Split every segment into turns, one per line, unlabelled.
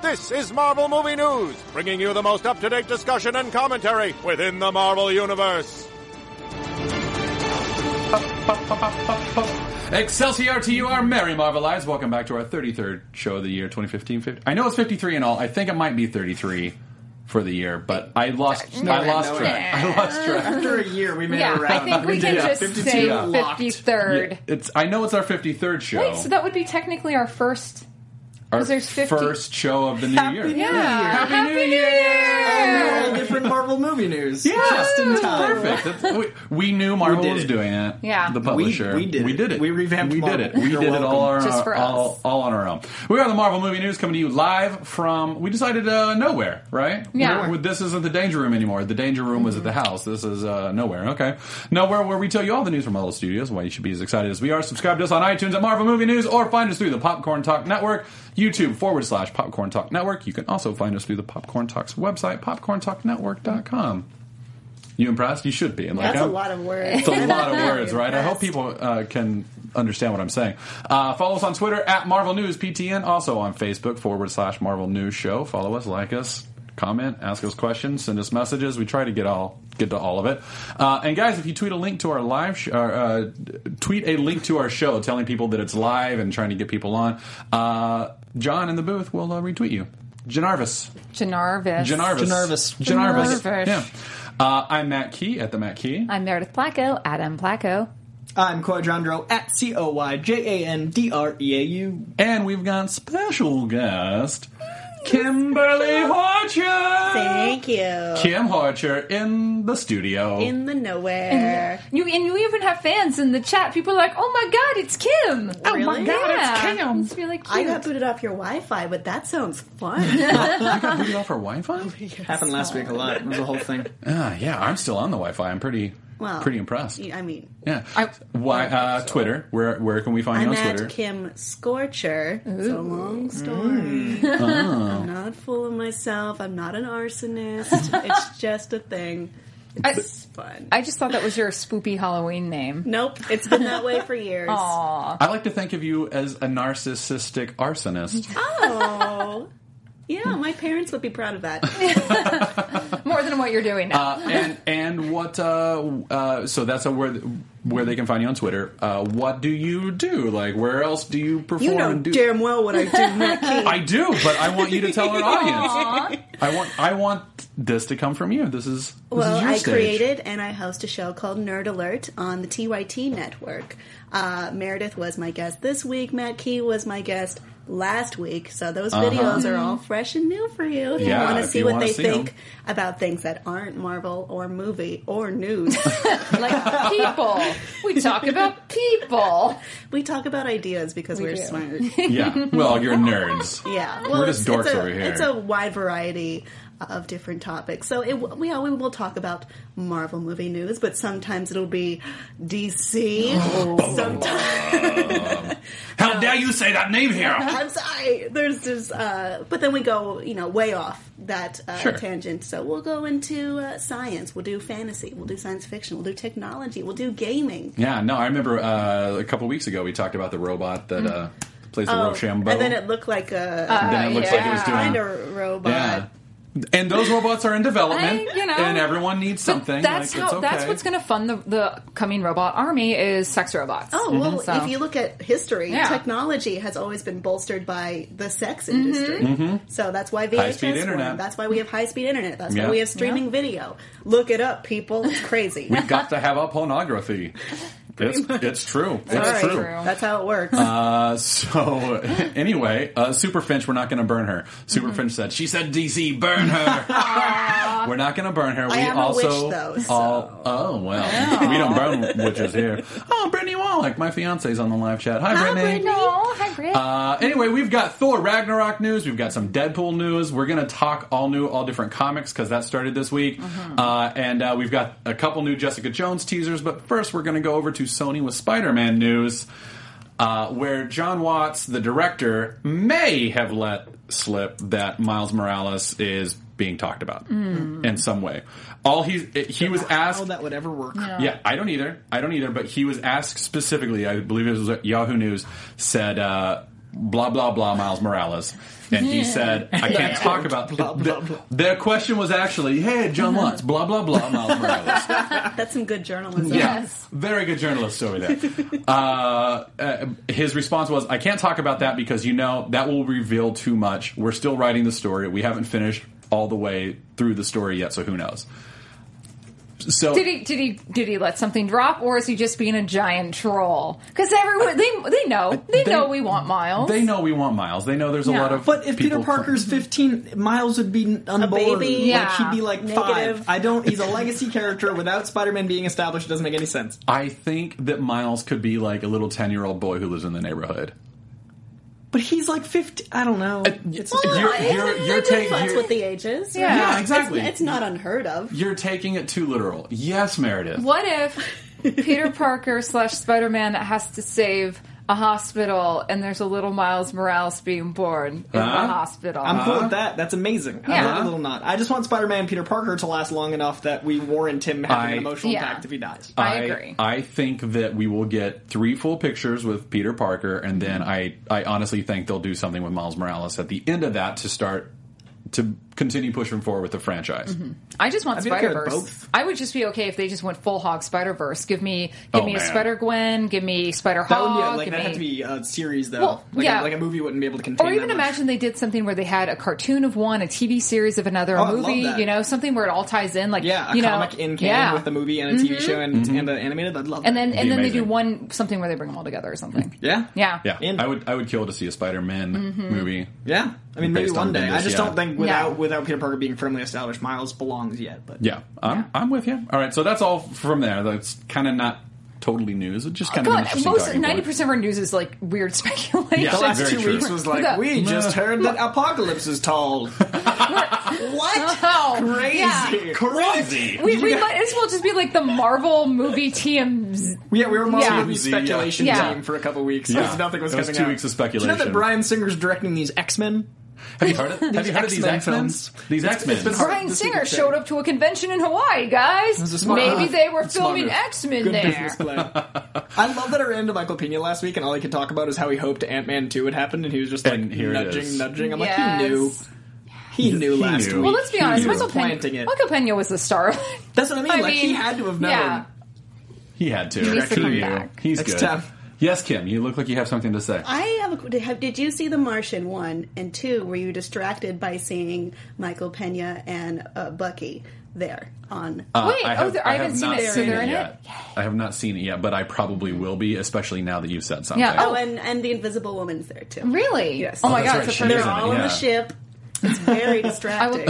this is Marvel Movie News, bringing you the most up-to-date discussion and commentary within the Marvel Universe.
Excelsior to you, our merry Marvelites. Welcome back to our 33rd show of the year, 2015. 50. I know it's 53 and all. I think it might be 33 for the year, but I lost. I lost track. I lost track.
After a year, we made
Yeah, I
it around.
think we can
Yeah,
just
52
say
locked.
53rd.
It's. I know it's our 53rd show.
Wait, so that would be technically our first.
our
'cause there's 50.
first show of the new year.
Yeah. Happy,
New Year!
All different Marvel movie news. Yeah, just in time.
Perfect. That's- we, we knew Marvel
We did
was
it.
doing it.
Yeah.
The
We-
publisher.
we did
We
it.
did it.
We revamped
We
Marvel.
did it. We
You're
did it all, our,
welcome.
Just for
all,
us.
all on our own. We are the Marvel Movie News coming to you live from, we decided uh, nowhere, right?
Yeah.
We're- this isn't the Danger Room anymore. The Danger Room was at the house. This is uh, nowhere. Okay. Nowhere where we tell you all the news from Marvel Studios and why you should be as excited as we are. Subscribe to us on iTunes at Marvel Movie News or find us through the Popcorn Talk Network. YouTube forward slash Popcorn Talk Network. You can also find us through the Popcorn Talk's website, popcorntalknetwork.com. You impressed? You should be. And like,
That's
I'm-
a lot of words.
it's a lot of words, right? I hope people uh, can understand what I'm saying. Uh, follow us on Twitter at Marvel News PTN, also on Facebook forward slash Marvel News Show. Follow us, like us, comment, ask us questions, send us messages. We try to get all get to all of it. Uh, and guys, if you tweet a link to our live, sh- or, uh, tweet a link to our show, telling people that it's live and trying to get people on. Uh, John in the booth will uh, retweet you. Janarvis.
Janarvis.
Janarvis.
Janarvis.
Janarvis.
Janarvis.
Yeah. Uh, I'm Matt Key at the Matt Key.
I'm Meredith Placco, Adam Placco.
I'm Quadrandro at C O Y J A N D R E A U.
And we've got special guest Kimberly Horcher.
Thank you.
Kim Horcher in the studio.
In the nowhere.
You and you even have fans in the chat. People are like, "Oh my god, it's Kim!" Oh
Really?
yeah. It's really cute.
I got booted off your Wi-Fi, but that sounds fun.
I got booted off her Wi-Fi.
Happened last week a lot. It was a whole thing.
Ah, yeah, I'm still on the Wi-Fi. I'm pretty,
Well,
pretty impressed.
I mean,
Yeah.
I-
Why? Uh, Twitter. Where? Where can we find
I'm
you on Twitter? Mm.
at Kim Scorcher. It's a long story.
Oh.
I'm not full of myself. I'm not an arsonist. it's just a thing. It's fun.
I just thought that was your spoopy Halloween name.
nope, it's been that way for years.
I like to think of you as a narcissistic arsonist.
Oh. Yeah, my parents would be proud of that.
More than what you're doing now.
Uh, and and what? Uh, uh, so that's a where where they can find you on Twitter. Uh, what do you do? Like, where else do you perform?
You know
and do-
damn well what I do, Mickey.
I do, but I want you to tell our audience. I want I want this to come from you. This is this
Well,
is your
I
stage.
created and I host a show called Nerd Alert on the TYT network. Uh, Meredith was my guest this week. Matt Key was my guest last week. So those videos are all fresh and new for you. If
Uh-huh. Yeah,
you want
if
to see
you
what
wanna
they
see 'em.
think about things that aren't Marvel or movie or news,
like people. We talk about people.
we talk about ideas because we are
do.
smart.
Yeah. Well, you're nerds.
Yeah,
We're just dorks
it's a,
over here.
It's a wide variety of different topics. So it, we yeah, we will talk about Marvel movie news, but sometimes it'll be DC.
Oh.
sometimes
How dare you say that name here?
I'm sorry. There's just, uh, but then we go you know way off that uh,
Sure.
tangent. So we'll go into uh, science. We'll do fantasy. We'll do science fiction. We'll do technology. We'll do gaming.
Yeah. No, I remember uh, a couple weeks ago we talked about the robot that uh, plays the Rochambeau.
And Mm. Oh, then it looked like a
Uh, And then it looks like it was doing.
kind of robot.
Yeah. And those robots are in development,
I- you know.
and everyone needs
But
something.
That's
like,
how.
it's okay.
That's what's going to fund the, the coming robot army is sex robots.
Oh well,
Mm-hmm. So-
if you look at history,
Yeah.
technology has always been bolstered by the sex industry.
Mm-hmm.
So that's why VHS.
Mm-hmm. High-speed
won.
internet.
That's why we have high speed internet. That's
Yeah.
why we have streaming video. Look it up, people. It's crazy.
We've got to have up pornography. It's, it's true. It's
All right.
true.
That's how it works.
Uh, so anyway, uh, Super Finch, we're not going to burn her. Super
Mm-hmm.
Finch said, "She said DC, burn her. we're not going to burn her. We
have a
also
wish, though, so-
all oh well, we don't burn witches here. Oh, Brittany Wallach, my fiance's on the live chat. Hi, Brittany.
No, hi, Brit.
Uh, anyway, we've got Thor Ragnarok news. We've got some Deadpool news. We're going to talk all new, all different comics because that started this week.
Mm-hmm.
Uh, and uh, we've got a couple new Jessica Jones teasers. But first, we're going to go over to Sony with Spider Man news, uh, where John Watts, the director, may have let slip that Miles Morales is being talked about in some way. All he he was
Mm. How
asked
that would ever work.
yeah, I don't either. I don't either. But he was asked specifically. I believe it was at Yahoo News said uh, blah blah blah Miles Morales, and he said I can't talk about.
Blah, blah, blah. Uh-huh.
The, their question was actually, "Hey, John Watts, blah blah blah Miles Morales."
That's some good journalism.
Yeah.
Yes.
Very good journalist over there. uh, uh, his response was, I can't talk about that because, you know, that will reveal too much. We're still writing the story. We haven't finished all the way through the story yet, so who knows? So
Did he did he did he let something drop, or is he just being a giant troll? Because everyone they they know they, know we want Miles.
They know we want Miles. They know there's a
Yeah.
lot of.
But if Peter
people-
Parker's 15, Miles would be unborn.
baby.
Like,
Yeah.
he'd be like
Negative.
five. I don't. He's a legacy character. Without Spider-Man being established, it doesn't make any sense.
I think that Miles could be like a little ten-year-old boy who lives in the neighborhood.
But he's like 50. I don't know. It's
Well, You're-
Well,
you're-
they're
you're
doing
taking-
funs
you're-
with the ages.
Yeah. Yeah,
It's-
exactly.
It's, not unheard of.
You're taking it too literal. Yes, Meredith.
What if Peter Parker slash Spider Man has to save a hospital, and there's a little Miles Morales being born in
Huh?
the hospital?
I'm cool with that. That's amazing. I
Yeah.
love a little nod. I just want Spider-Man and Peter Parker to last long enough that we warrant him having
I-
an emotional
Yeah.
impact if he dies.
I agree.
I think that we will get three full pictures with Peter Parker, and then I, I honestly think they'll do something with Miles Morales at the end of that to start to continue pushing forward with the franchise.
I just want
I'd be okay
Spider
with
Verse.
both.
I would just be okay if they just went full hog Spider Verse. Give me, give
Oh,
me a
man.
Spider Gwen. Give me Spider
that would
Hog.
be like
give
that
me...
had to be a series though.
Well,
like,
yeah.
a, like a movie wouldn't be able to contain.
Or even
that much.
imagine they did something where they had a cartoon of one, a TV series of another,
Oh,
a
I'd love
movie,
that.
you know, something where it all ties in, like
Yeah, a
you know,
comic in canon
yeah. Mm-hmm.
with a movie and a TV show and,
Mm-hmm.
and the animated. I'd love
and
that.
then and
be
then they do
amazing.
one something where they bring them all together or something.
yeah,
Yeah,
Yeah,
And-
I would I would kill to see a Spider-Man
Mm-hmm.
movie.
yeah. I mean, maybe
Based on
one day. I
Bendis,
just
yeah.
don't think without
No.
without Peter Parker being firmly established, Miles belongs yet. But
Yeah, I'm, I'm with you. All right, so that's all from there. That's kind of not totally news. It's just kind of an
God,
interesting
most
talking point.
ninety percent of our news is like weird speculation.
Yeah,
the last
very
two
true.
weeks was like
The-
we just heard that Apocalypse is tall. what?
Oh,
Crazy.
Yeah.
Crazy.
We, we might as well just be like the Marvel movie TMZ.
Yeah, we were more
Yeah.
of a speculation
Yeah.
team for a couple weeks
Yeah.
because nothing was
It was
coming
two
out.
weeks of
Do you know
speculation.
that Brian Singer's directing these X Men?
Have you heard of, have you heard of these
X-Men
X-Men?
films.
These X-Men.
been hard.
Brian
This
Singer
weekend.
showed up to a convention in Hawaii, guys.
was a smart
Maybe
move.
they were
Smart
filming
move.
X Men
Good
there.
business plan. I love that I ran into Michael Pena last week, and all he could talk about is how he hoped Ant Man two would happen, and he was just like
And here it is.
nudging, nudging. I'm
Yes.
like, he knew, he knew
He
last
knew.
week.
Well, let's be
He
honest.
knew.
Michael
Planting
Pena,
it.
Michael Pena was the star.
That's what I mean. like he had to have known.
Yeah.
He had to.
needs
Good
to come
for you.
back.
He's
That's
good.
tough.
Yes, Kim, you look like you have something to say.
I have a. qu- Did have- did you see The Martian one and two? Were you distracted by seeing Michael Pena and uh, Bucky there on?
Uh,
Wait,
I
oh,
have,
there- I
I have
haven't seen
not
it. So
seen
they're
it
in
yet. I have not seen it yet, but I probably will be, especially now that you've said something.
Yeah,
oh, and and the Invisible Woman's there too.
Really?
Yes.
Oh my
Oh,
god,
that's
it's
right,
a
she
They're
is
first.
in it,
all on
yeah.
the ship. It's very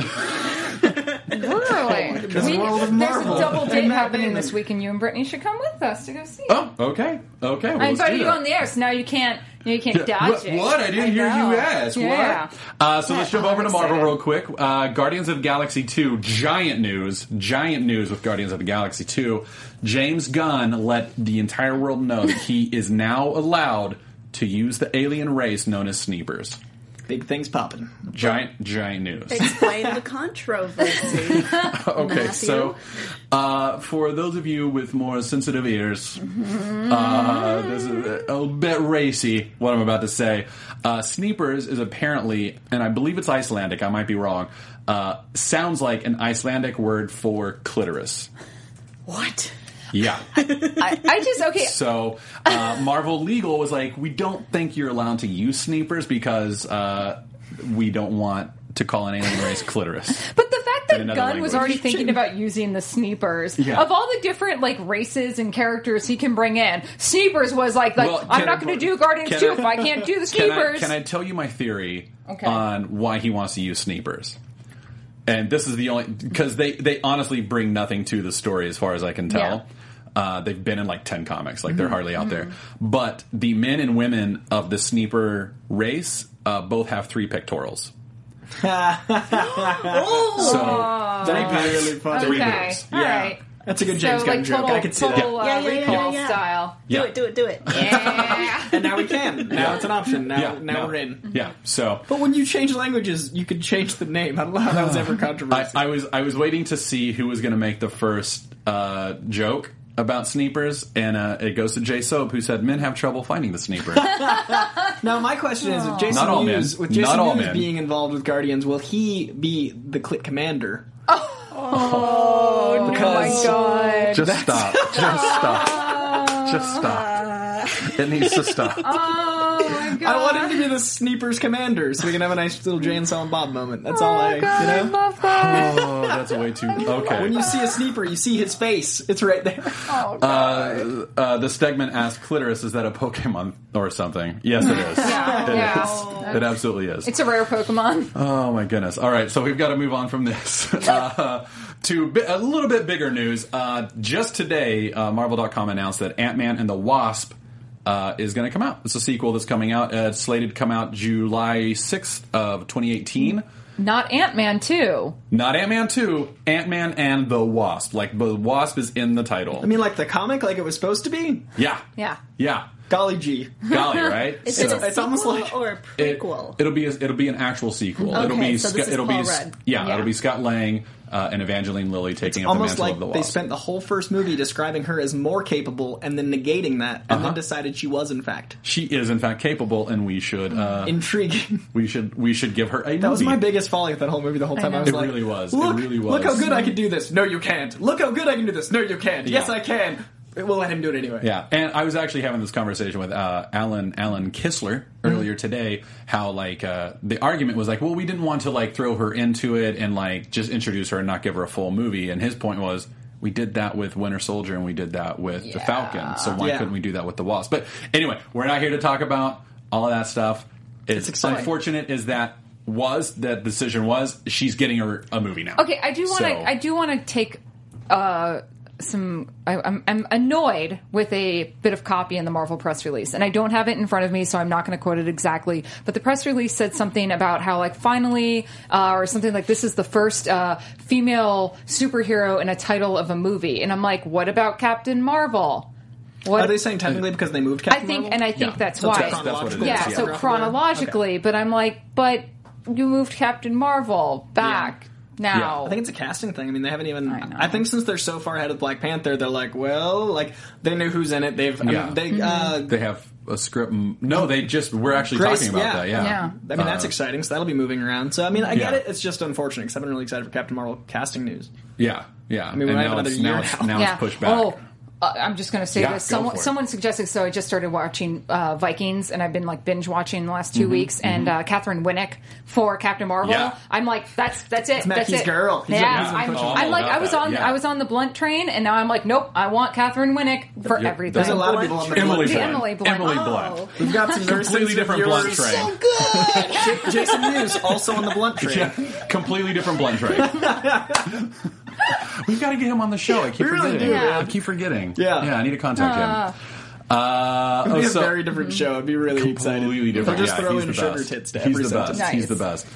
distracting.
Really?
Because
We-
the world of
there's
Marvel
a double
and
date
Matt
happening
Damon.
this week, and you and Brittany should come with us to go see. it.
Oh, okay. Okay. Well,
I
let's
invited
do
you
that.
on the air, so now you can't you can't
Yeah.
dodge
what,
it.
what? I didn't hear
know.
you ask.
Yeah.
What? Uh, so let's jump over to Marvel
excited.
real quick. Uh, Guardians of the Galaxy 2, giant news. Giant news with Guardians of the Galaxy 2. James Gunn let the entire world know that he is now allowed to use the alien race known as Sneepers.
Big things popping.
Giant, giant news.
Explain the controversy.
Okay,
Matthew?
so uh, for those of you with more sensitive ears, uh, this is a bit racy what I'm about to say. Uh, Sneepers is apparently, and I believe it's Icelandic. I might be wrong. Uh, sounds like an Icelandic word for clitoris.
what?
Yeah.
I, I just okay.
So uh, Marvel Legal was like, we don't think you're allowed to use Sneepers because uh, we don't want to call an alien race clitoris.
But the fact
In
that
another
Gunn was
language.
already thinking about using the Sneepers
Yeah.
of all the different like races and characters he can bring in, Sneepers was like, like
Well,
I'm
can
not
I-
going to do Guardians
can
two
I-
if I can't do the
Can I,
Sneepers.
can I tell you my theory
Okay.
on why he wants to use Sneepers? And this is the only because they they honestly bring nothing to the story as far as I can tell. Uh, they've been in like ten comics, like they're hardly out there. But the men and women of the Sneeper race uh, both have three pectorals.
Oh,
So
That'd be really funny.
okay,
boobs.
all
Yeah.
right.
That's a good James
so,
Gunn
like,
joke.
Total,
I could see that.
total,
Yeah,
Uh,
yeah, yeah,
recall
yeah.
style.
do
Yeah.
it, do it, do it.
Yeah.
And now we can. Now it's an option. Now,
yeah,
now
no.
we're in.
Yeah, so
But when you change languages, you could change the name. I don't know how that was ever
I,
controversial.
I was I was waiting to see who was going to make the first uh, joke about Sneepers, and uh, it goes to Jay Soap, who said men have trouble finding the Sneeper.
now my question is: If Jason
Not all
Mewes,
men.
with Jason
Not all
Mewes
men.
being involved with Guardians, will he be the Clit Commander?
Oh
Because-
my god.
Just stop. Just stop. Just stop. It needs to stop.
Oh my god.
I want him to be the Sneepers Commander, so we can have a nice little Jay and Silent Bob moment. That's all I,
Oh, God, I
you know.
love that.
Oh, that's way too.
When
Okay.
you see a Sneeper, you see his face. It's right there.
Oh, god.
Uh, uh, the Stegman asked Clitoris, is that a Pokemon or something? Yes, it is.
Yeah,
It
yeah.
is. It absolutely is.
it's a rare Pokemon.
Uh,
Oh my goodness! All right, so we've got to move on from this uh, to bi- a little bit bigger news. Uh, just today, uh, Marvel.com announced that Ant Man and the Wasp uh, is going to come out. It's a sequel that's coming out. Uh, it's slated to come out July sixth of twenty eighteen.
Not Ant Man too.
Not Ant Man two, Ant Man and the Wasp. Like the Wasp is in the title.
I mean, like the comic, like it was supposed to be.
yeah,
Yeah.
yeah.
Golly gee.
Golly, right?
Is
So-
it a
it's almost
sequel
like-
or a
It,
prequel?
will be a, it'll be an actual sequel. it'll
Okay,
be
so this is
it'll
Paul
be
Rudd.
yeah,
Yeah.
it'll be Scott Lang uh, and Evangeline Lilly taking up the
Almost
mantle
like
of the
they
Wasp.
spent the whole first movie describing her as more capable and then negating that and
Uh-huh.
then decided she was, in fact.
she is in fact capable, and we should uh,
Intriguing.
we should we should give her a
That was
movie.
my biggest folly with that whole movie the whole time. I,
know.
was
It
like,
really was. It
Look,
really
Look how
was."
good I can do this. No, you can't. Look how good I can do this. No, you can't. Yes,
Yeah.
I can. We'll let him do it anyway.
Yeah, and I was actually having this conversation with uh, Alan Alan Kissler
Mm-hmm.
earlier today. How like uh, the argument was like, well, we didn't want to like throw her into it and like just introduce her and not give her a full movie. And his point was. We did that with Winter Soldier and we did that with the
Yeah.
Falcon. So why
Yeah.
couldn't we do that with the Wasp? But anyway, we're not here to talk about all of that stuff. It's,
exciting.
unfortunate is that was that decision was she's getting her a movie now.
Okay, I do want to.
So-
I do want to take uh, some. I, I'm, I'm annoyed with a bit of copy in the Marvel press release, and I don't have it in front of me, so I'm not going to quote it exactly. But the press release said something about how, like, finally, uh, or something like, this is the first uh, female superhero in a title of a movie, and I'm like, what about Captain Marvel? What
Are they saying technically because they moved
I
Captain
think,
Marvel?
and I think
Yeah.
that's
So
why.
it's
That's what it
chronological.
is,
yeah,
yeah.
so chronologically, but I'm like, but you moved Captain Marvel back now.
I think it's a casting thing. I mean, they haven't even.
know.
I, think since they're so far ahead of Black Panther, they're like, well, like they knew who's in it. They've, I mean,
Yeah.
they,
Mm-hmm.
uh,
They have a script. m- No, they just we're actually
Grace,
talking about
yeah.
that. Yeah,
Yeah.
I mean that's exciting. So that'll be moving around. So I mean, I get
Yeah.
it. It's just unfortunate because I've been really excited for Captain Marvel casting news.
Yeah, yeah. I
mean, we might have another
it's,
year
now, it's,
now.
now
yeah.
it's pushed back.
Oh, uh, I'm just going to say
Yeah,
this.
go
Someone,
for it.
someone suggested, so I just started watching uh, Vikings, and I've been like binge watching the last 2
Mm-hmm.
weeks. And uh, Catherine Winnick for Captain Marvel.
Yeah.
I'm like, that's that's it. that's
Mackey's
it.
girl. He's-
yeah,
he's been
I'm,
pushing
I'm
it.
like,
All about
I was
that,
on
yeah.
I was on the Blunt train, and now I'm like, nope, I want Catherine Winnick for
Yeah,
everything.
there's
There's a lot of people on the
Emily
The
Blunt.
Emily Blunt.
Emily Blunt.
Oh.
We've got some very
Completely
sensitive
different blunt
viewers.
train.
Jason Mewes also on the blunt train.
Yeah, completely different blunt train. We've got to get him on the show. I keep
We really
forgetting.
do,
Yeah.
I keep forgetting.
Yeah.
yeah. I need to contact him. Uh,
It'd
oh,
be a
so-
very different show. It'd be really exciting.
completely different.
They'll just
yeah,
throw
he's
in
the
sugar
best.
tits to
he's
every
the
sentence.
best. He's the best.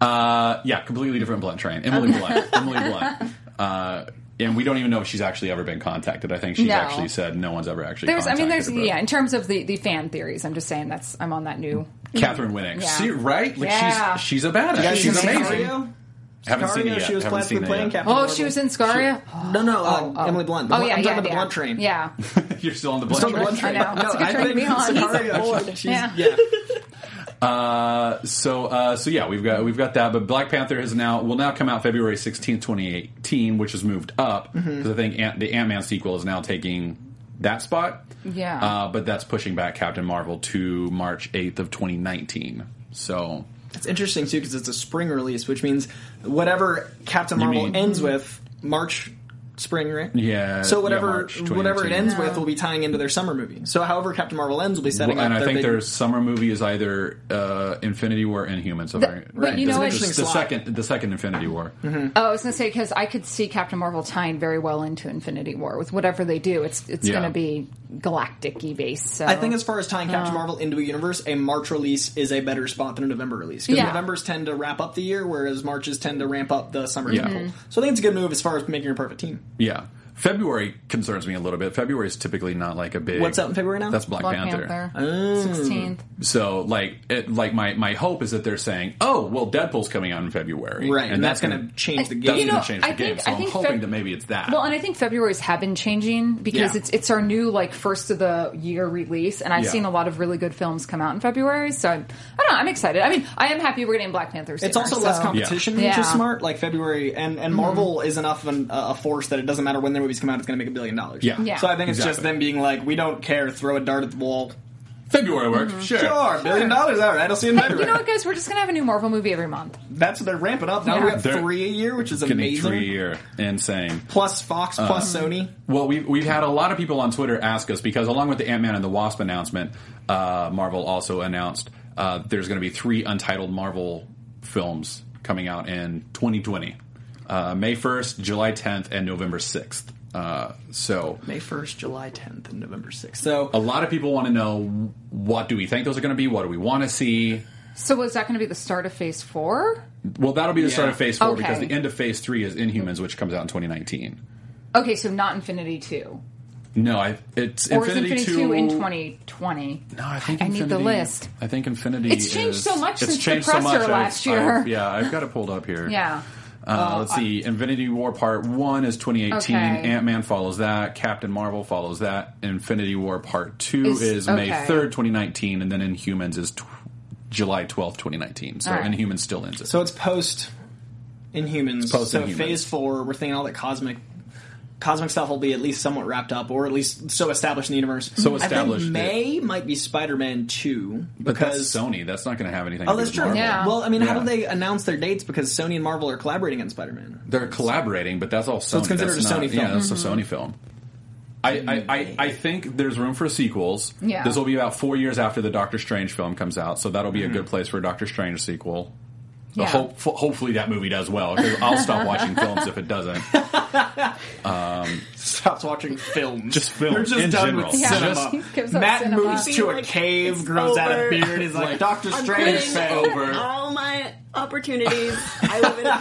Uh, yeah, completely different blunt train. Emily Blunt. Emily Blunt. Uh, and we don't even know if she's actually ever been contacted. I think she's
No.
actually said no one's ever actually.
There's, I mean, there's,
contacted her.
yeah, in terms of the, the fan theories, I'm just saying that's, I'm on that new.
Catherine Winning,
Yeah.
See, right? Like
Yeah.
she's she's a badass.
guys
She's
seen
amazing.
Sicario?
Haven't seen it
Sicario,
yet.
She was
Haven't
playing,
seen it
playing
yet.
Captain
Oh,
Marvel.
she was in Scaria? Oh,
No, no, uh,
oh.
Emily Blunt. The
Oh,
one-
yeah,
I'm
yeah,
talking about the
yeah.
Blood Train.
Yeah.
You're still on the
It's
blood.
on
train.
the Blood Train.
I know.
No,
It's a good
I
train to
think
be on. He's
Sicario- She's,
Yeah.
yeah.
Uh, so uh, so yeah, we've got we've got that. But Black Panther has now will now come out February sixteenth, twenty eighteen, which is moved up because
Mm-hmm.
I think Ant- the Ant Man sequel is now taking that spot.
Yeah.
uh, but that's pushing back Captain Marvel to March eighth of twenty nineteen. So
It's interesting too because it's a spring release, which means whatever Captain Marvel
mean-
ends with March spring, right?
Yeah,
So
yeah,
whatever
March
whatever it
2018.
ends with will be tying into their summer movie. So however Captain Marvel ends will be setting
Well, and
up.
I
their
think
big,
their summer movie is either uh, Infinity War and Humans.
But- but you know
the,
what-
the second the second Infinity War.
Oh, I was going to say, because I could see Captain Marvel tying very well into Infinity War with whatever they do. It's it's
Yeah.
going to be galactic y based. So.
I think as far as tying Captain
Oh.
Marvel into a universe, a March release is a better spot than a November release because
Yeah.
Novembers tend to wrap up the year, whereas Marches tend to ramp up the summer.
Yeah.
Mm-hmm.
tempo. So I think it's a good move as far as making a perfect team.
Yeah. February concerns me a little bit. February is typically not like a big.
What's out in February now?
That's Black,
Black
Panther.
Panther.
Ah.
16th.
So like it, like my my hope is that they're saying, oh well, Deadpool's coming out in February,
Right, and, that's, going
gonna-
to change the
You
that's
game.
know,
going to change the
I
game.
think-
so
I
I'm
think
hoping
Feb-
that maybe it's that.
Well, and I think February's have been changing because
Yeah.
it's it's our new like first of the year release, and I've
Yeah.
seen a lot of really good films come out in February. So I'm, I don't know. I'm excited. I mean, I am happy we're getting Black Panther.
It's
sooner,
also
so.
less competition,
Yeah.
which
Yeah.
is smart. Like February and
Mm-hmm.
and Marvel is enough of an, uh, a force that it doesn't matter when their movies come out; it's going to make a billion dollars.
Yeah. Yeah.
So I think it's just
Exactly.
them being like, we don't care, throw a dart at the wall.
February works.
Mm-hmm.
Sure.
Sure, a billion dollars. All right, I'll see you in
You
February.
know what, guys? We're just gonna have a new Marvel movie every month.
That's they're ramping up. Now
Yeah.
we have
They're
three a year, which is
Getting
amazing.
three year Uh, insane.
Plus Fox, plus Sony.
Well, we've, we've had a lot of people on Twitter ask us because, along with the Ant Man and the Wasp announcement, uh, Marvel also announced uh, there's going to be three untitled Marvel films coming out in 2020 uh, May 1st, July 10th, and November 6th. Uh, so,
May first, July tenth, and November sixth. So
a lot of people want to know what do we think those are going to be? What do we want to see?
So was that gonna be the start of Phase Four?
Well, that'll be the start
Yeah.
of phase four
Okay.
because the end of phase three is Inhumans, which comes out in 2019.
Okay, so not Infinity Two.
No, I, it's
Or
Infinity,
is Infinity 2 in
20.
2020?
No, I think
I need the
Infinity-
list.
I think Infinity.
It's changed
is-
so much
it's
since the
changed
presser
so much. I've-
last
I've-
year.
yeah, I've got it pulled up here.
Yeah.
Uh, let's see. Infinity War Part One is 2018.
Okay.
Ant Man follows that. Captain Marvel follows that. Infinity War Part Two is,
Is-
May
okay.
3rd, 2019, and then Inhumans is tw- July 12th, 2019. So
All right.
Inhumans still ends it.
so it's post Inhumans.
post
so
Inhumans.
Phase four, we're thinking all that cosmic. Cosmic stuff will be at least somewhat wrapped up, or at least so established in the universe.
So established
I
that-
think May might be Spider-Man Two
but that's
because
Sony. That's not going to have anything.
oh,
to do
that's
with
true.
Marvel.
Yeah.
Well, I mean, how
Yeah.
do they announce their dates? Because Sony and Marvel are collaborating on Spider-Man.
They're collaborating, but that's all Sony. So
it's considered
that's
a Sony film.
Yeah, that's a Sony film. I, I, I, I think there's room for sequels.
Mm-hmm. Yeah.
This will be about four years after the Doctor Strange film comes out, so that'll be a good place for a Doctor Strange sequel.
Mm-hmm. Yeah.
Hope, hopefully that movie does well, 'cause I'll stop watching films if it doesn't.
stops watching films.
Just films
They're just
in
done
general.
with
Yeah.
cinema.
Just- Gives up
Matt
cinema.
moves to a
Like,
cave,
it's
grows out a
over.
beard. He's like,
Like,
Doctor
I'm
Strange
quitting.
failed.
over.
All my opportunities. I live in a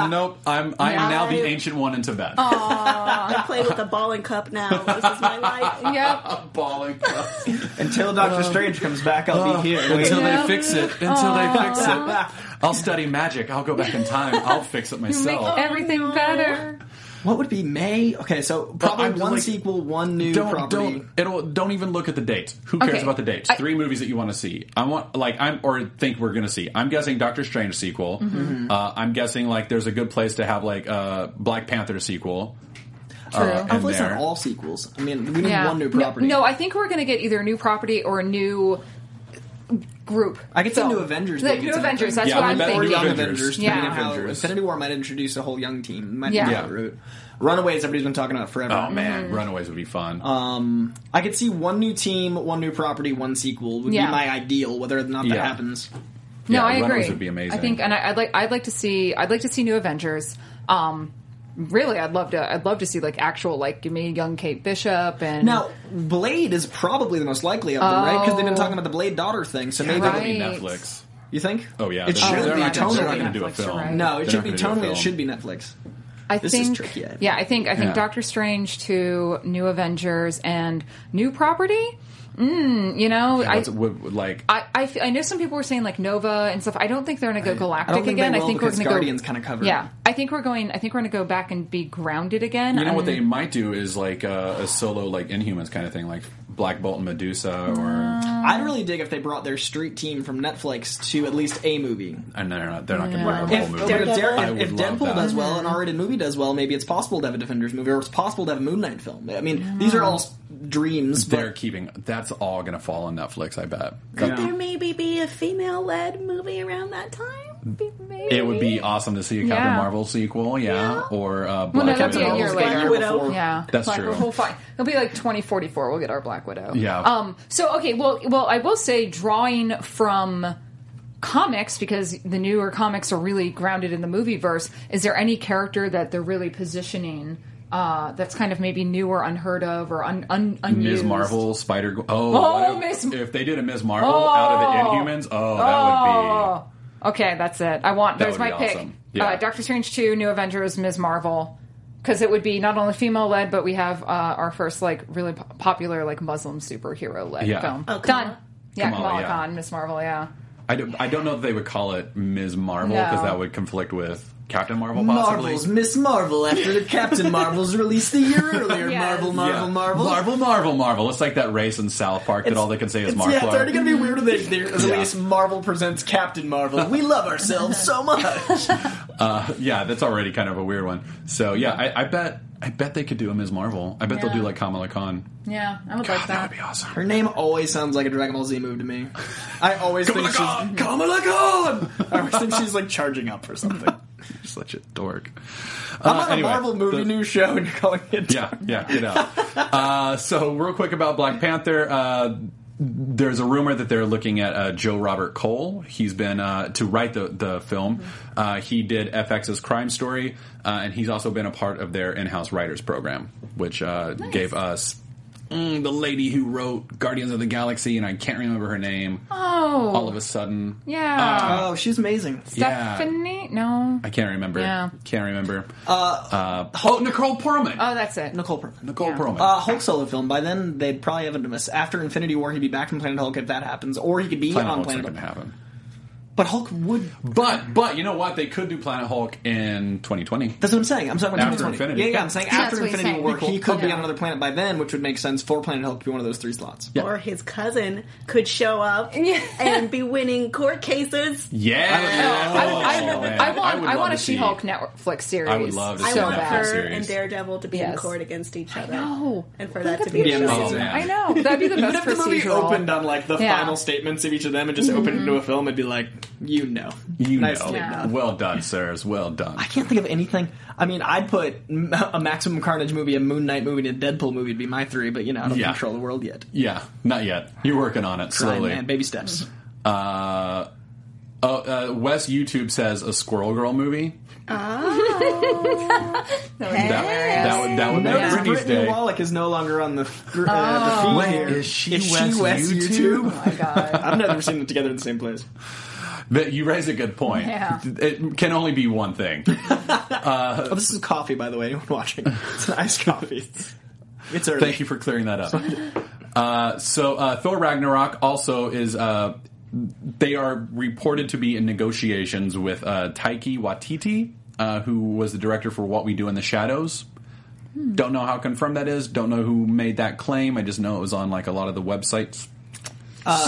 cave.
nope, I'm I am now the
Yeah.
ancient one in Tibet.
I play with a ball and cup now. This is my life.
Yep.
Balling.
Until Doctor Strange comes back, I'll be here.
Uh, Until
Yeah. Uh-huh.
they fix it. Until they fix it. I'll study magic. I'll go back in time. I'll fix it
You make
myself.
everything
Oh,
better.
what would be May? Okay, so
Well,
probably
I'm
one
like-
sequel, one new
don't
property.
don't it'll don't even look at the dates. Who cares
Okay.
about the dates?
I-
Three movies that you want to see. I want like I'm or think we're gonna see. I'm guessing Doctor Strange sequel.
Mm-hmm.
Uh, I'm guessing like there's a good place to have like uh, Black Panther sequel.
True. Oh,
and
Hopefully, it's Oh, not
there.
all sequels. I mean, we need
Yeah.
one new
No-
property.
No, I think we're going to get either a new property or a new group.
I could see
So-
new Avengers.
The
maybe
new
it's
Avengers. That's
something.
Yeah,
what
we
I'm
bet
or
thinking.
new
Young
Avengers.
Avengers.
Yeah.
depending on how
Avengers.
Infinity War might introduce a whole young team. Might
Yeah.
be
Yeah.
that route. Runaways, everybody's been talking about forever.
Oh man, Runaways would be fun.
Um, I could see one new team, one new property, one sequel would
Yeah.
be my ideal. Whether or not that
Yeah.
happens,
Yeah,
No, I
Runaways
agree.
would be amazing.
I think, and I, I'd like, I'd like to see, I'd like to see new Avengers. Um, really, I'd love to, I'd love to see like actual, like give me young Kate Bishop and
now Blade is probably the most likely of them, right? Because they've been talking about the Blade daughter thing, so maybe
that would be
Oh. right.
Netflix.
you think?
Oh yeah, they're,
it should
they're
be
not, gonna- they're not
totally.
going to do a
Netflix, you're
film.
right.
no,
They're
it
not
should
gonna
be
do a
totally. It
film.
should be Netflix.
I
This is
think
tricky, I think.
yeah, I think I think
Yeah.
Doctor Strange to New Avengers and new property. Mm, you know, I,
What's, what, what- like
I, I, f- I know some people were saying like Nova and stuff. I don't think they're going to go galactic
I don't think they
again. I
will
think we're
because
going to go
Guardians kinda covered
Yeah,
it.
I think we're going. I think we're going to go back and be grounded again.
You know what
Um,
they might do is like uh, a solo like Inhumans kind of thing, like Black Bolt and Medusa,
Uh,
or
I'd really dig if they brought their street team from Netflix to at least a movie.
and they're not they're not going to bring
Yeah.
If,
the
if
whole
Dare-
movie.
if,
Daredevil.
I would love
Deadpool
that.
does well and an R-rated movie does well, maybe it's possible to have a Defenders movie, or it's possible to have a Moon Knight film. I mean, these are all s- dreams. But
They're keeping that's all going to fall on Netflix. I bet
Yeah.
Could there maybe be a female led movie around that time?
Maybe.
it would be awesome to see a Captain
Yeah.
Marvel sequel, yeah, or uh, Black
Well, no, that'd be
Widow.
a year
Black
later.
Widow.
Widow.
Yeah,
That's
Black
true.
Widow, We'll find, it'll be like 2044. We'll get our Black Widow.
Yeah.
Um. So okay. Well. Well. I will say, drawing from comics because the newer comics are really grounded in the movie verse. Is there any character that they're really positioning? Uh, that's kind of maybe new or unheard of or un, un,
Ms.
unused.
Marvel, Spider. Oh,
Oh,
what if,
Ms.
if they did a Ms. Marvel out of the Inhumans, oh, that
Oh.
would be.
Okay, that's it. I want.
That
there's
would be
my pick.
awesome. Yeah.
Uh, Doctor Strange two, New Avengers, Ms. Marvel, because it would be not only female led, but we have uh, our first like really po- popular like Muslim superhero led
Yeah.
film.
Oh, Kamala.
Done. Yeah,
Kamala,
Kamala,
yeah.
Khan, Miss Marvel. Yeah.
I don't, I don't know if they would call it Ms. Marvel
No.
because that would conflict with Captain Marvel, possibly.
Marvel's Miss Marvel after the Captain Marvel's released a year earlier.
Yes.
Marvel, Marvel,
Yeah.
Marvel.
Marvel, Marvel, Marvel. It's like that race in South Park that all they can say is
It's-
Marvel.
Yeah, it's already going to be weird when they, they release Marvel Presents Captain Marvel. We love ourselves so much.
Yeah, that's already kind of a weird one. So yeah, I, I bet I bet they could do a Ms. Marvel. I bet they'll
Yeah.
do like Kamala Khan.
Yeah, I would like
God, that
that.
would be awesome.
Her name always sounds like a Dragon Ball Z move to me. I always think
Kamala
she's.
Khan, Kamala Khan.
I always think she's like charging up or something.
Such a dork.
I'm
Uh,
on
anyway,
a Marvel movie
the-
news show and you're calling it.
Yeah, yeah, get out. uh, so, real quick about Black Panther. Uh, there's a rumor that they're looking at uh, Joe Robert Cole. He's been uh, to write the the film. Uh, he did FX's Crime Story, uh, and he's also been a part of their in-house writers program, which uh, gave us mm, the lady who wrote Guardians of the Galaxy, and I can't remember her name.
Oh,
All of a sudden,
yeah.
Oh, she's amazing.
yeah.
Stephanie? No.
I can't remember.
Yeah.
Can't remember. Uh, oh, Nicole Perlman.
Oh, that's it.
Nicole Perlman.
Nicole
yeah.
Perlman.
Uh, Hulk solo film. By then, they'd probably have him after Infinity War. He'd be back from Planet Hulk if that happens, or he could be
Planet
on
Hulk's not
Planet
going to
Hulk.
happen.
But Hulk would.
But but you know what? They could do Planet Hulk in 2020.
That's what I'm saying. I'm talking about
After
2020.
Infinity.
Yeah, yeah. I'm saying
That's
after
what he's
Infinity
saying.
War,
Be cool.
he could be
Yeah.
on another planet by then, which would make sense for Planet Hulk to be one of those three slots.
Yeah.
Or his cousin could show up and be winning court cases.
Yeah,
I, would- I,
Oh, man.
I want.
would
I,
love
want a
to see-
She-Hulk Netflix series.
I would love to
I
see
so
want
Netflix
bad. Oh,
her
series.
and Daredevil to be in
Yes.
court against each other.
know.
And for
Wouldn't
that to
that
be
be
a
amazing?
show.
Oh, man.
I know that'd be the
Even
best
if the movie
procedural.
opened on like the
Yeah.
final statements of each of them and just opened into a film, it'd be like, you know,
You know,
Nicely
Yeah.
done.
well done, sirs. Well done.
I can't think of anything. I mean, I'd put m- a Maximum Carnage movie, a Moon Knight movie, and a Deadpool movie would be my three, but you know, I don't
Yeah.
control the world yet.
Yeah, not yet. You're working on it
Trying,
slowly.
man, baby steps.
Uh, oh, uh, Wes YouTube says a Squirrel Girl movie.
Oh.
That, that would that would make
Notice
Britney's
Brittany
day.
Wallach is no longer on the, gr- uh, the feed
Wait,
here.
is she
is
Wes
she Wes
YouTube?
YouTube?
Oh my god.
I've never seen them together in the same place.
But you raise a good point.
Yeah.
It can only be one thing.
Oh, this is coffee, by the way. Anyone watching? It's an iced coffee. It's early.
Thank you for clearing that up. Uh, so uh, Thor Ragnarok also is. Uh, they are reported to be in negotiations with uh, Taiki Watiti, uh, who was the director for What We Do in the Shadows. Don't know how confirmed that is. Don't know who made that claim. I just know it was on like a lot of the websites.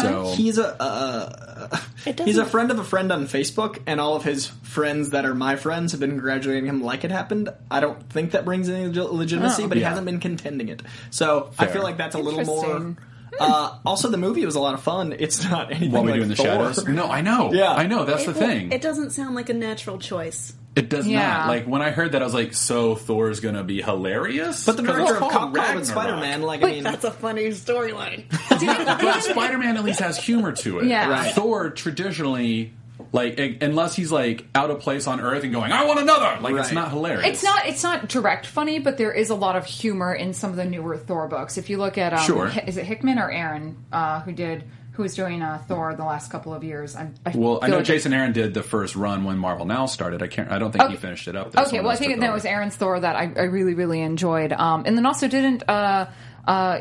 so
He's a uh, he's a friend of a friend on Facebook, and all of his friends that are my friends have been congratulating him like it happened. I don't think that brings any leg- legitimacy, but he
Yeah.
hasn't been contending it. So I
Fair.
feel like that's a little more.
Interesting.
Uh, also, the movie was a lot of fun. It's not anything
What We
like
Do in the
Thor.
Shadows. No, I know.
Yeah.
I know. That's the
Well,
thing.
It doesn't sound like a natural choice.
It does
Yeah.
not. Like when I heard that, I was like, "So Thor's going to be hilarious."
But the
'Cause
director
it's
of Cop
called
Cop and
Ragnarok.
Spider Man, like I mean,
That's a funny storyline.
but Spider-Man at least has humor to it.
Yeah. Right.
Thor traditionally, like un- unless he's like out of place on Earth and going, "I want another," like it's
Right.
not hilarious.
It's not. It's not direct funny, but there is a lot of humor in some of the newer Thor books. If you look at, um,
Sure.
Hi- is it Hickman or Aaron uh, who did who was doing uh, Thor the last couple of years. I'm, I
Well, I
feel
know
like-
Jason Aaron did the first run when Marvel Now started. I can't. I don't think he
Okay.
finished it up. though.
Okay,
Someone
well, I
else
think
took
that
over.
was Aaron's Thor that I, I really, really enjoyed. Um, and then also didn't uh, uh,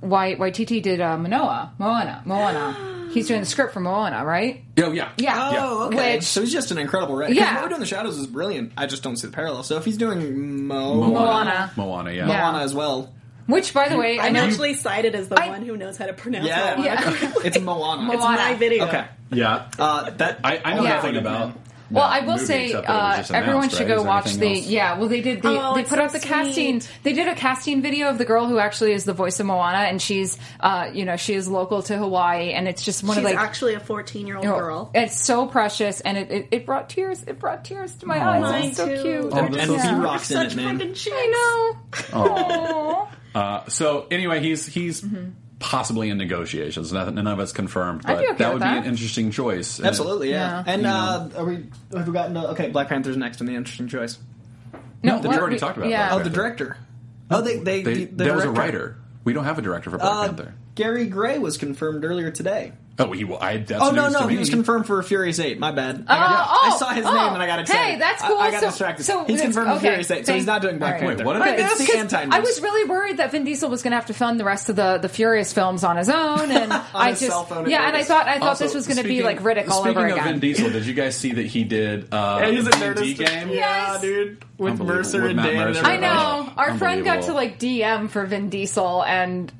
why YTT did uh, Manoa Moana Moana. He's doing the script for Moana, right?
Oh yeah,
Yeah.
Yeah.
Oh, okay.
Which-
so he's just an incredible writer. 'Cause
Yeah.
What we're doing in the shadows is brilliant. I just don't see the parallel. So if he's doing Mo-
Moana.
Moana, yeah.
Yeah.
Moana as well,
Which, by the way, I
I'm
know.
actually cited as the
I-
one who knows how to pronounce
yeah,
Moana.
Yeah.
it's Moana.
It's
Moana.
my video.
Okay.
Yeah.
Uh, that
I, I know
Yeah.
nothing about.
Well,
that
I will
movie
say
except that it was
uh,
just announced,
everyone should
right?
go
Is there
watch
anything
the
else?
yeah. Well, they did the
Oh,
they
it's
put
so
out the casting.
sweet.
They did a casting video of the girl who actually is the voice of Moana, and she's uh, you know she is local to Hawaii, and it's just one of
She's
like
actually a 14 year old
you know,
girl.
It's so precious, and it, it, it brought tears. It brought tears to my eyes.
Mine
It's so
too.
cute.
They're
that's
just-
and
so
he
Yeah.
rocks in
such
it, man.
fucking chicks.
I know. Aw.
Uh, so anyway, he's he's
Mm-hmm.
possibly in negotiations. Nothing, none of it's confirmed, but
I'd be okay
that
with
would
that.
be an interesting choice. And-
Absolutely, yeah.
Yeah.
And uh, are we have we gotten to okay? Black Panther's next in the interesting choice.
No,
we've
what-
already talked about
Yeah.
that.
Oh, the director. Oh, they they,
They,
the, the
there was a
director.
writer. We don't have a director for Black
Uh,
Panther.
Gary Gray was confirmed earlier today.
Oh, he. will- I, that's
Oh no
news
no,
to
he
me.
was confirmed for Furious Eight. My bad.
Oh, oh,
I saw his
oh.
name and I got excited.
Hey, that's
I-
cool.
I, got
So-
distracted.
so
he's
it's-
confirmed for
okay,
Furious Eight, so he's
thank-
not doing Black
all right.
Panther.
Wait, what did
But
I
It's
Yes,
the
'cause
anti.
I was really worried that Vin Diesel was going to have to fund the rest of the, the Furious films on his own, and I
his
just
cell phone in
yeah, and I
Vegas.
thought I thought
Also,
this was going to be
speaking-
like Riddick all
speaking
over
of Vin
again.
Diesel, did you guys see that he did uh,
Yeah, he's a
a
nerdist.
D&D game?
Yeah,
Yes.
dude. With
Unbelievable.
Mercer
With
and
Matt
Dan. and
Mercer.
I
everybody.
know our friend got to
Unbelievable.
like DM for Vin Diesel, and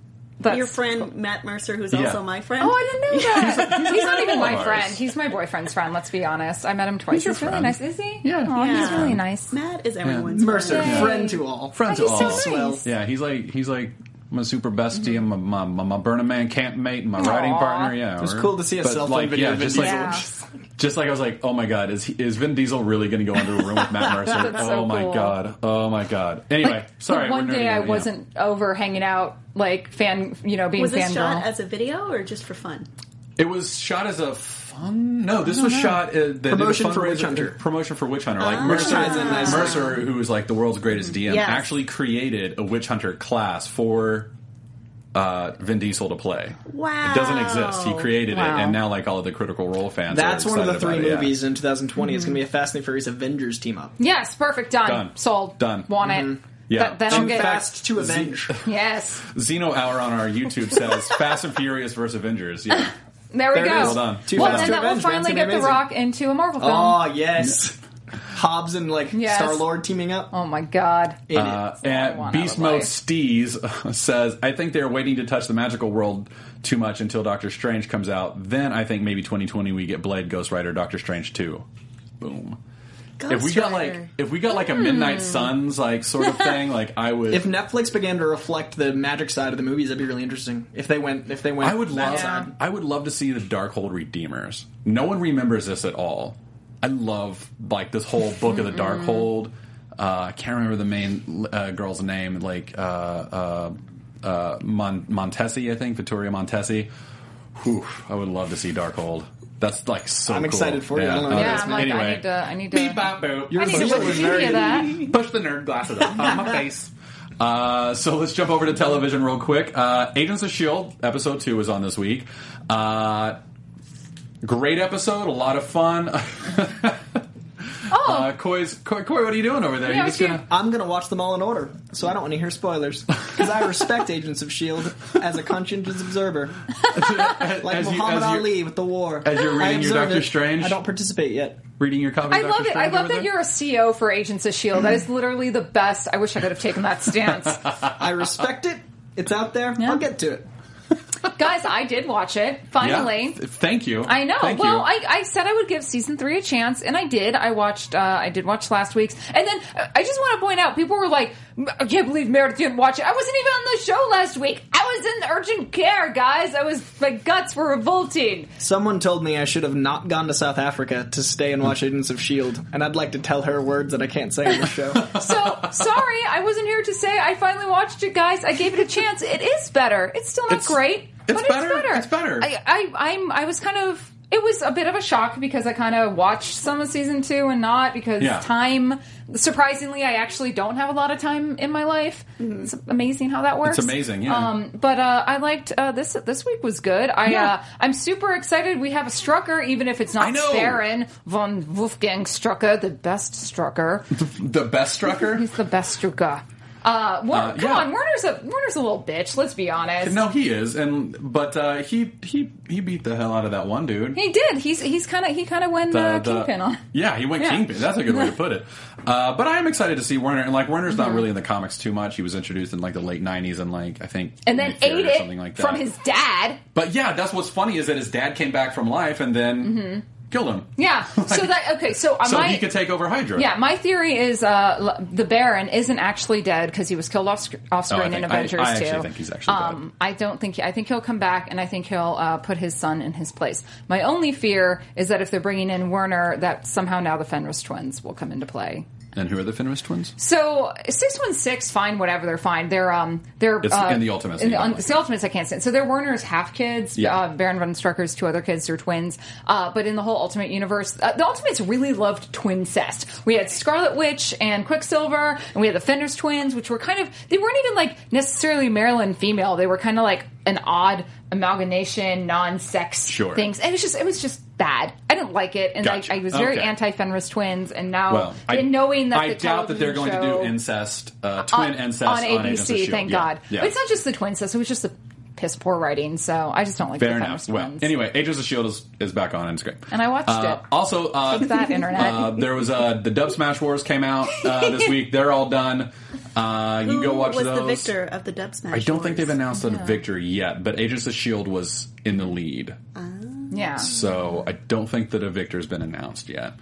that's
Your friend Matt Mercer, who's
Yeah.
also my friend.
Oh, I didn't know that. he's, not even my
ours.
friend. He's my boyfriend's friend. Let's be honest. I met him twice.
your
He's, really
friend.
nice. Is he?
Yeah.
Aw, he's
Yeah.
really nice.
Matt is everyone's
Mercer,
friend.
Yay.
friend to all.
Friends
Oh, he's
are
so
all
nice.
Swell.
Yeah, he's like he's like my super bestie, and my my, my, my Burning Man camp mate, and my riding
Aw.
partner. Yeah,
It was
we're-
cool to see a
but,
cell phone video
Yeah,
of Vin
just like
Diesel.
Yes.
just like I was like, oh my god, is he, is Vin Diesel really going to go into a room with Matt Mercer?
That's
oh
so
my
cool.
god, oh my god. Anyway,
Like,
sorry.
one
we're nerding
day I
out, yeah.
wasn't over hanging out, like fan, you know, being
Was this shot
fangirl.
as a video or just for fun?
It was shot as a fun. No, this was shot uh, they did a
Promotion for
fundraiser-
Witch Hunter.
Promotion for Witch Hunter. Like Mercer,
ties in nicely.
Mercer, who is like the world's greatest DM,
Yes.
actually created a Witch Hunter class for uh, Vin Diesel to play.
Wow.
It doesn't exist. He created
Wow.
it, and now like all of the Critical Role fans.
That's
are
one of the
excited
three
about it, yeah.
movies in 2020. It's going to
Mm-hmm.
be a Fast and Furious Avengers team up.
yes, perfect. Done.
Done.
Sold.
Done. Mm-hmm.
Want it.
Yeah.
That, that'll
Too
get.
fast to avenge.
Yes.
Xeno Hour on our YouTube says Fast and Furious versus Avengers. Yeah.
There we
There it
go.
is.
Well done. Too
Well,
fast
and
to
that will
avenge, man. It's
finally
gonna
get
be
The
amazing.
Rock into a Marvel film.
Oh yes, Hobbs and like
Yes.
Star Lord teaming up.
oh my god.
In it.
Uh,
I
and
want out
Beast
of life.
Mode Steez uh, says, I think they're waiting to touch the magical world too much until Doctor Strange comes out. Then I think maybe 2020 we get Blade, Ghost Rider, Doctor Strange 2. Boom.
Ghost
if we got
Rider.
like if we got like a Midnight
Hmm.
Suns like sort of thing, like I would
if Netflix began to reflect the magic side of the movies, that'd be really interesting. If they went, if they went,
I would
that
love
side.
I would love to see the Darkhold Redeemers. No one remembers this at all. I love like this whole book of the
Mm-hmm.
Darkhold. Uh, I can't remember the main uh, girl's name, like uh, uh, uh, Mon- Montesi, I think Vittoria Montesi. Whew, I would love to see Darkhold. That's like so.
I'm
cool.
excited for you. I
Yeah,
don't know what
Yeah,
this
I'm like,
anyway,
I need to. I need to.
You're
I need to
so
Wikipedia
nerdy.
that.
Push the nerd glasses up on my face. Uh, so let's jump over to television real quick. Uh, Agents of Shield episode two is on this week. Uh, great episode, a lot of fun.
Oh,
Uh, Coy's, Coy, Coy, what are you doing over there?
Yeah,
you just
I was
gonna-
I'm gonna watch them all in order, so I don't want to hear spoilers because I respect Agents of Shield as a conscientious observer, like
as you- as
Muhammad
you're-
Ali with the war.
as you're
I
reading your
observe
Doctor
it.
Strange?
I don't participate yet.
reading your copy.
I
of
love
Doctor
it. I
Strange
love
over
that
there?
you're a CEO for Agents of Shield. E That is literally the best. I wish I could have taken that stance.
I respect it. It's out there.
Yeah.
I'll get to it.
Guys, I did watch it
Yeah.
finally.
Th- Thank you.
I know.
Thank
well,
you.
I, I said I would give season three a chance, and I did. I watched. Uh, I did watch last week's, and then uh, I just want to point out: people were like, "M- "I can't believe Meredith didn't watch it." I wasn't even on the show last week. I was in urgent care, guys. I was my guts were revolting.
Someone told me I should have not gone to South Africa to stay and watch Agents of Shield, E and I'd like to tell her words that I can't say on the show.
So sorry, I wasn't here to say I finally watched it, guys. I gave it a chance. It is better. It's still not
It's-
great,
it's
but
better.
it's better.
It's better.
I, I, I'm. I was kind of. it was a bit of a shock because I kind of watched some of season two and not because
Yeah.
time. Surprisingly, I actually don't have a lot of time in my life. It's amazing how that works.
amazing, yeah.
Um, but uh, I liked uh, this. This week was good. I uh, I'm super excited. We have a Strucker, even if it's
I
not
know.
Saren von Wolfgang Strucker, the best Strucker.
The best trucker?
He's the best Strucker. Uh, War-
Uh,
come
yeah.
on, Werner's a Werner's a little bitch. Let's be honest.
No, he is, and but uh, he he he beat the hell out of that one dude.
He did. He's he's kind of he kind of went uh,
the-
kingpin on.
Yeah, he went
Yeah.
kingpin. That's a good way to put it. Uh, but I am excited to see Werner, and like Werner's
Mm-hmm.
not really in the comics too much. He was introduced in like the late '90s, and like I think,
and then
Nick Fury
ate
or
it
something like that
from his dad.
But yeah, that's what's funny is that his dad came back from life and then killed him.
Mm-hmm. Yeah. so that okay. So, uh,
so
my
he could take over Hydra.
yeah, my theory is uh, l- the Baron isn't actually dead because he was killed off sc- off
Oh, I
screen in
think- I-
Avengers
I
2.
actually think he's actually
um, I don't think he, I think he'll come back and I think he'll uh, put his son in his place. My only fear is that if they're bringing in Werner, that somehow now the Fenris twins will come into play.
And who are the Fenris twins?
So six one six, fine, whatever they're fine. They're um they're
It's
uh,
in the Ultimates that you
In the,
don't
un-
like.
it's the Ultimates, I can't stand. So they're Werner's half kids.
Yeah.
Uh, Baron von Strucker's two other kids. They're twins. Uh, but in the whole Ultimate universe, uh, the Ultimates really loved twin cest. We had Scarlet Witch and Quicksilver, and we had the Fenris twins, which were kind of they weren't even like necessarily male and female. They were kind of like an odd amalgamation, non-sex
Sure.
things. And it was just it was just bad. I didn't like it, and
Gotcha.
I, I was very
Okay.
anti Fenris twins, and now
Well, I,
and Oh, knowing that
I
the
doubt that they're going
television
to do
show-
incest, uh,
on-
twin incest on, Agents of
ABC.
S.H.I.E.L.D..
thank
Yeah.
God.
Yeah.
But it's not just the twin sets; it was just the piss poor writing. So I just don't like
Fair
the
enough.
Fenris
Well,
twins.
anyway, Agents of Shield is, is back on and it's great.
And I watched
Uh,
it.
Also, uh,
Take that, internet.
Uh, there was uh, the Dub Smash Wars came out uh, this week. They're all done. Uh, you can go
Who
watch
was
those.
the victor of the Dub Smash?
I don't think
Wars?
they've announced a victory yet, but Agents of Shield was in the lead,
Uh-huh.
yeah,
so I don't think that a victor's been announced yet.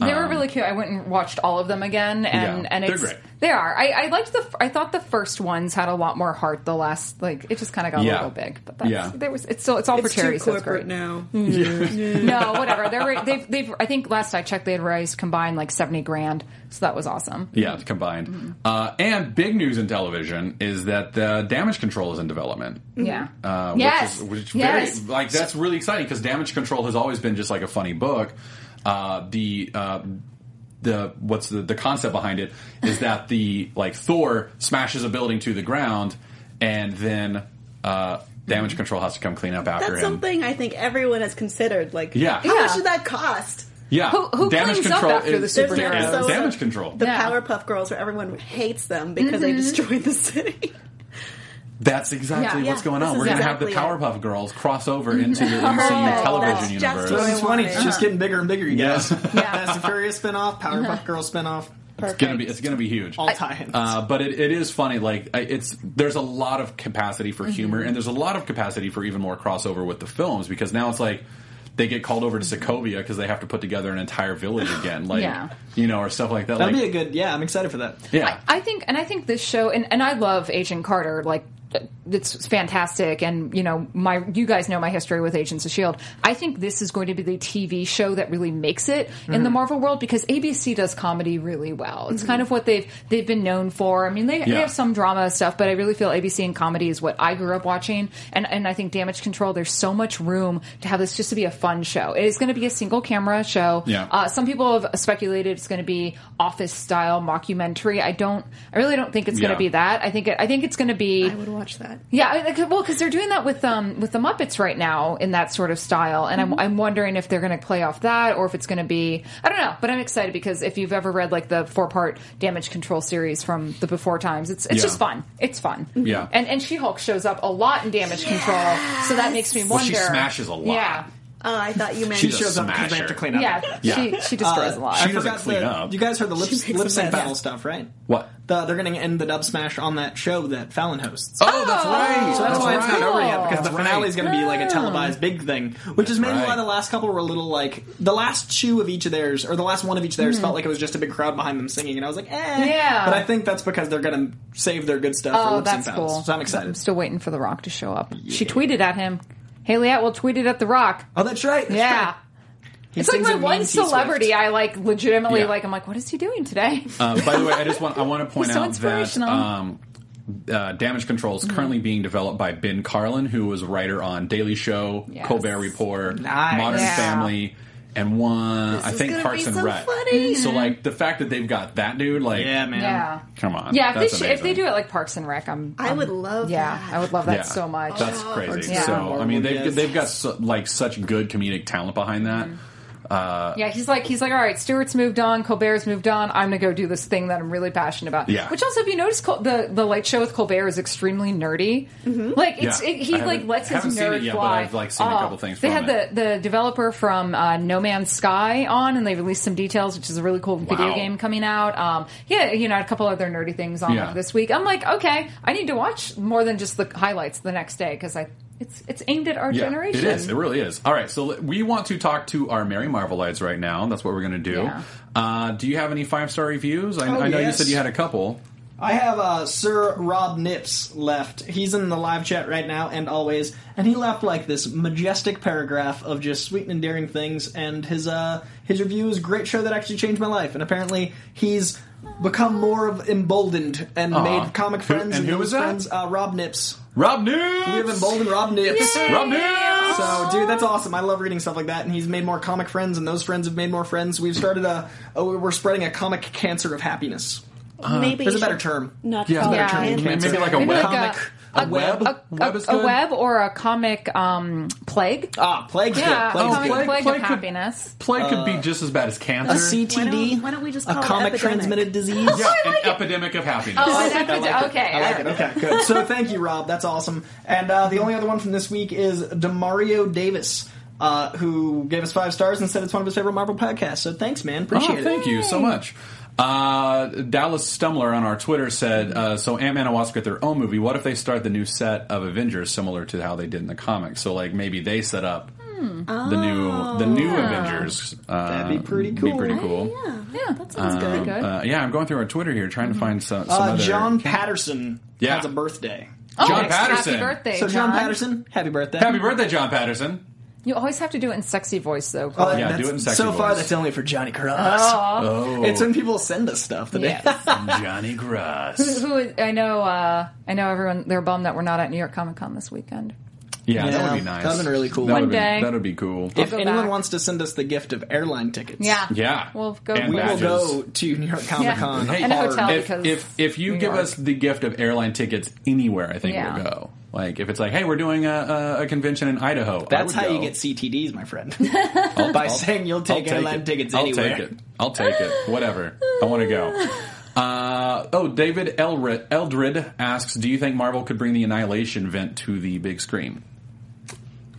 Uh,
they were really cute. I went and watched all of them again, and
um, Yeah,
and
they're
it's
great.
they are. I, I liked the. f- I thought the first ones had a lot more heart. The last, like, it just kind of got
Yeah.
a little big. But that's,
Yeah.
there was. It's still. It's all
It's
for charity.
too
So it's great.
corporate now.
no, whatever. They're, ra- they've. They've. I think last I checked, they had raised combined like seventy grand. So that was awesome.
Yeah, combined.
Mm-hmm.
Uh, and big news in television is that the damage control is in development.
Yeah.
Uh,
yes.
Which is, which
yes.
very, like that's really exciting because Damage Control has always been just like a funny book. Uh, the uh, the what's the the concept behind it is that the like Thor smashes a building to the ground and then uh, Damage Control has to come clean up after him.
That's something I think everyone has considered. Like,
Yeah.
how
Yeah.
much did that cost?
Yeah,
Who- who
Damage
cleans up
Control
after the
is,
There's an
is
episode
Damage
of
Control.
The
Yeah.
Powerpuff Girls, where everyone hates them because they destroyed the city.
That's exactly
Yeah.
what's
Yeah,
going
this
on.
is
We're going to have the
exactly
Powerpuff Girls cross over into the MCU
Perfect.
television universe.
That's just what I want.
2020, it's just getting bigger and bigger, you guys.
Yeah.
Fast and Furious spinoff, Powerpuff Girls spinoff,
It's gonna be it's gonna be huge.
all time.
Uh, but it, it is funny. Like I- it's there's a lot of capacity for humor, and there's a lot of capacity for even more crossover with the films because now it's like they get called over to Sokovia because they have to put together an entire village again, like
Yeah.
you know, or stuff like that.
That'd
like,
be a good. Yeah, I'm excited for that.
yeah.
I think, and I think this show, and, and I love Agent Carter. Like, it's fantastic, and you know, my you guys know my history with Agents of Shield. I think this is going to be the TV show that really makes it in the
Mm-hmm.
Marvel world because ABC does comedy really well. It's kind of what they've they've been known for. I mean, they, they
Yeah.
have some drama stuff, but I really feel ABC and comedy is what I grew up watching, and and I think Damage Control. There's so much room to have this just to be a fun show. It is going to be a single camera show.
Yeah.
Uh, some people have speculated it's going to be office style mockumentary. I don't. I really don't think it's going
Yeah.
to be that. I think. It, I think it's going to be.
I would watch that.
yeah. I, I- well, because they're doing that with um with the Muppets right now in that sort of style, and I'm I'm wondering if they're going to play off that or if it's going to be. I don't know, but I'm excited because if you've ever read like the four part Damage Control series from the before times, it's it's
Yeah.
just fun. It's fun.
Yeah.
And and She Hulk shows up a lot in Damage Control, so that makes me wonder.
Well, she smashes a lot.
Yeah.
Oh, I thought you meant
She's
Shows up because they have to
smasher.
clean up.
Yeah,
Yeah.
she she destroys a lot.
she
I
doesn't
forgot
clean
the-
up.
You guys heard the lip,
makes
lip
a
sync
mess.
battle stuff, right?
What?
The, they're going to end the dub smash on that show that Fallon hosts.
Oh, that's right.
So that's why it's
right.
not over yet because the
That's right.
finale is going to be like a televised big thing, which is maybe why
right.
the last couple were a little like the last two of each of theirs or the last one of each of theirs felt like it was just a big crowd behind them singing, and I was like, eh.
Yeah.
But I think that's because they're going to save their good stuff for
Oh,
lip sync
that's
battles.
cool.
So I'm
I'm
excited.
still waiting for The Rock to show up. She tweeted at him. Haley Atwell tweeted at The Rock.
Oh, that's right. That's
yeah.
right. He
It's like
sings
my
in
one
Mean T Swift.
celebrity I like legitimately
Yeah. Um,
like I'm like, what is he doing today?
Uh, by the way, I just want I want to point
He's so
out that
inspirational.
um, uh, Damage Control is currently being developed by Ben Carlin, who was a writer on Daily Show,
Yes.
Colbert Report,
Nice.
Modern
Yeah.
Family, and one I
is
think
gonna
Parks
be
and
so
Rec.
funny.
So like the fact that they've got that dude, like
Yeah, man.
yeah.
come on,
Yeah, if they,
that's
sh- if they
amazing.
do it like Parks and Rec, I'm.
I
I'm-
would love
Yeah,
that. Oh,
I would love that
Yeah.
so much.
That's
Oh,
crazy.
Yeah.
So I mean, they've
Yes.
they've got so, like such good comedic talent behind that. Uh,
Yeah, he's like he's like, all right, Stewart's moved on, Colbert's moved on. I'm gonna go do this thing that I'm really passionate about.
Yeah.
Which also, if you notice, Col- the the late show with Colbert is extremely nerdy. Like it's
Yeah.
it, he
I haven't-
like lets his
haven't
nerd
seen it yet, but
fly.
I've, like, seen a
Oh,
couple things
They
from
had
it.
the the developer from uh, No Man's Sky on, and they released some details, which is a really cool video
Wow.
game coming out. Um, yeah, you know, a couple other nerdy things on
Yeah.
this week. I'm like, okay, I need to watch more than just the highlights the next day because I it's it's aimed at our
Yeah,
generation.
It is. It really is. All right. So l- we want to talk to our Mary Marvelites right now. That's what we're going to do.
Yeah.
Uh, do you have any five star reviews? I,
Oh,
I know
yes.
you said you had a couple.
I have uh, Sir Rob Nips left. He's in the live chat right now and always, and he left like this majestic paragraph of just sweet and endearing things. And his uh, his review is great show that actually changed my life. And apparently, he's become more of emboldened and made comic
Who-
friends.
and who
those
was that?
Friends, uh, Rob Nips.
Rob
We have
News.
emboldened Rob Nips.
Rob News.
So, dude, that's awesome. I love reading stuff like that. And he's made more comic friends, and those friends have made more friends. We've started a, oh, we're spreading a comic cancer of happiness.
Uh,
Maybe
There's
you
a better
should
term.
Not
Yeah.
call
Yeah.
it
Maybe
cancer.
Maybe like a
Maybe
web.
like
a, web.
a,
Web is
a
good.
web or a comic um, plague.
ah, plague's
yeah,
good. Plague's
a comic
good.
plague-
plague,
plague
of
could-
happiness.
Plague could be just as bad as
A
cancer.
CTD.
Why don't- why don't we just call
a
it
comic
epidemic?
transmitted disease?
Yeah, an epidemic of happiness.
Oh, an epi- okay.
I like it. Okay, good. So thank you, Rob. That's awesome. And uh, the only other one from this week is Demario Davis, uh, who gave us five stars and said it's one of his favorite Marvel podcasts. So thanks, man. Appreciate
Oh,
it.
thank you so much. Uh, Dallas Stumler on our Twitter said, uh, "So Ant Man and Wasp get their own movie. What if they start the new set of Avengers similar to how they did in the comics? So like maybe they set up the new the new Avengers. Uh,
That'd be pretty
Be
cool.
pretty cool.
Yeah, that
sounds good.
good.
Uh, yeah, I'm going through our Twitter here trying to find some, some
Uh,
other
John Patterson
Yeah.
has a birthday.
Oh,
John
happy
Patterson.
birthday,
So John Patterson, happy birthday.
Happy birthday, John Patterson.
You always have to do it in sexy voice, though.
Uh,
Colin.
Yeah,
that's-
do it in sexy
So far,
voice.
that's only for Johnny Cross.
Oh,
It's when people send us stuff that they
Yes.
Johnny Grass.
Who is- I know, uh, I know everyone. They're bummed that we're not at New York Comic Con this weekend.
Yeah,
Yeah.
that would be nice.
That'd been really cool.
That
One
would be-
day.
that would be cool.
If
go
anyone
back.
wants to send us the gift of airline tickets,
Yeah,
Yeah,
We'll go.
And
we will
badges.
go to New York Comic Con.
Yeah. And a hotel
if,
because
if if you
New
give
York.
us the gift of airline tickets anywhere, I think
Yeah.
we'll go. Like if it's like, hey, we're doing a, a, a convention in Idaho. I
That's
would
how you
go.
get CTDs, my friend.
I'll-
By
I'll-
saying you'll
I'll
take airline
it.
tickets
I'll
anywhere.
take it. I'll take it. Whatever. I want to go. Uh, oh, David Elred, Eldred asks, do you think Marvel could bring the Annihilation event to the big screen?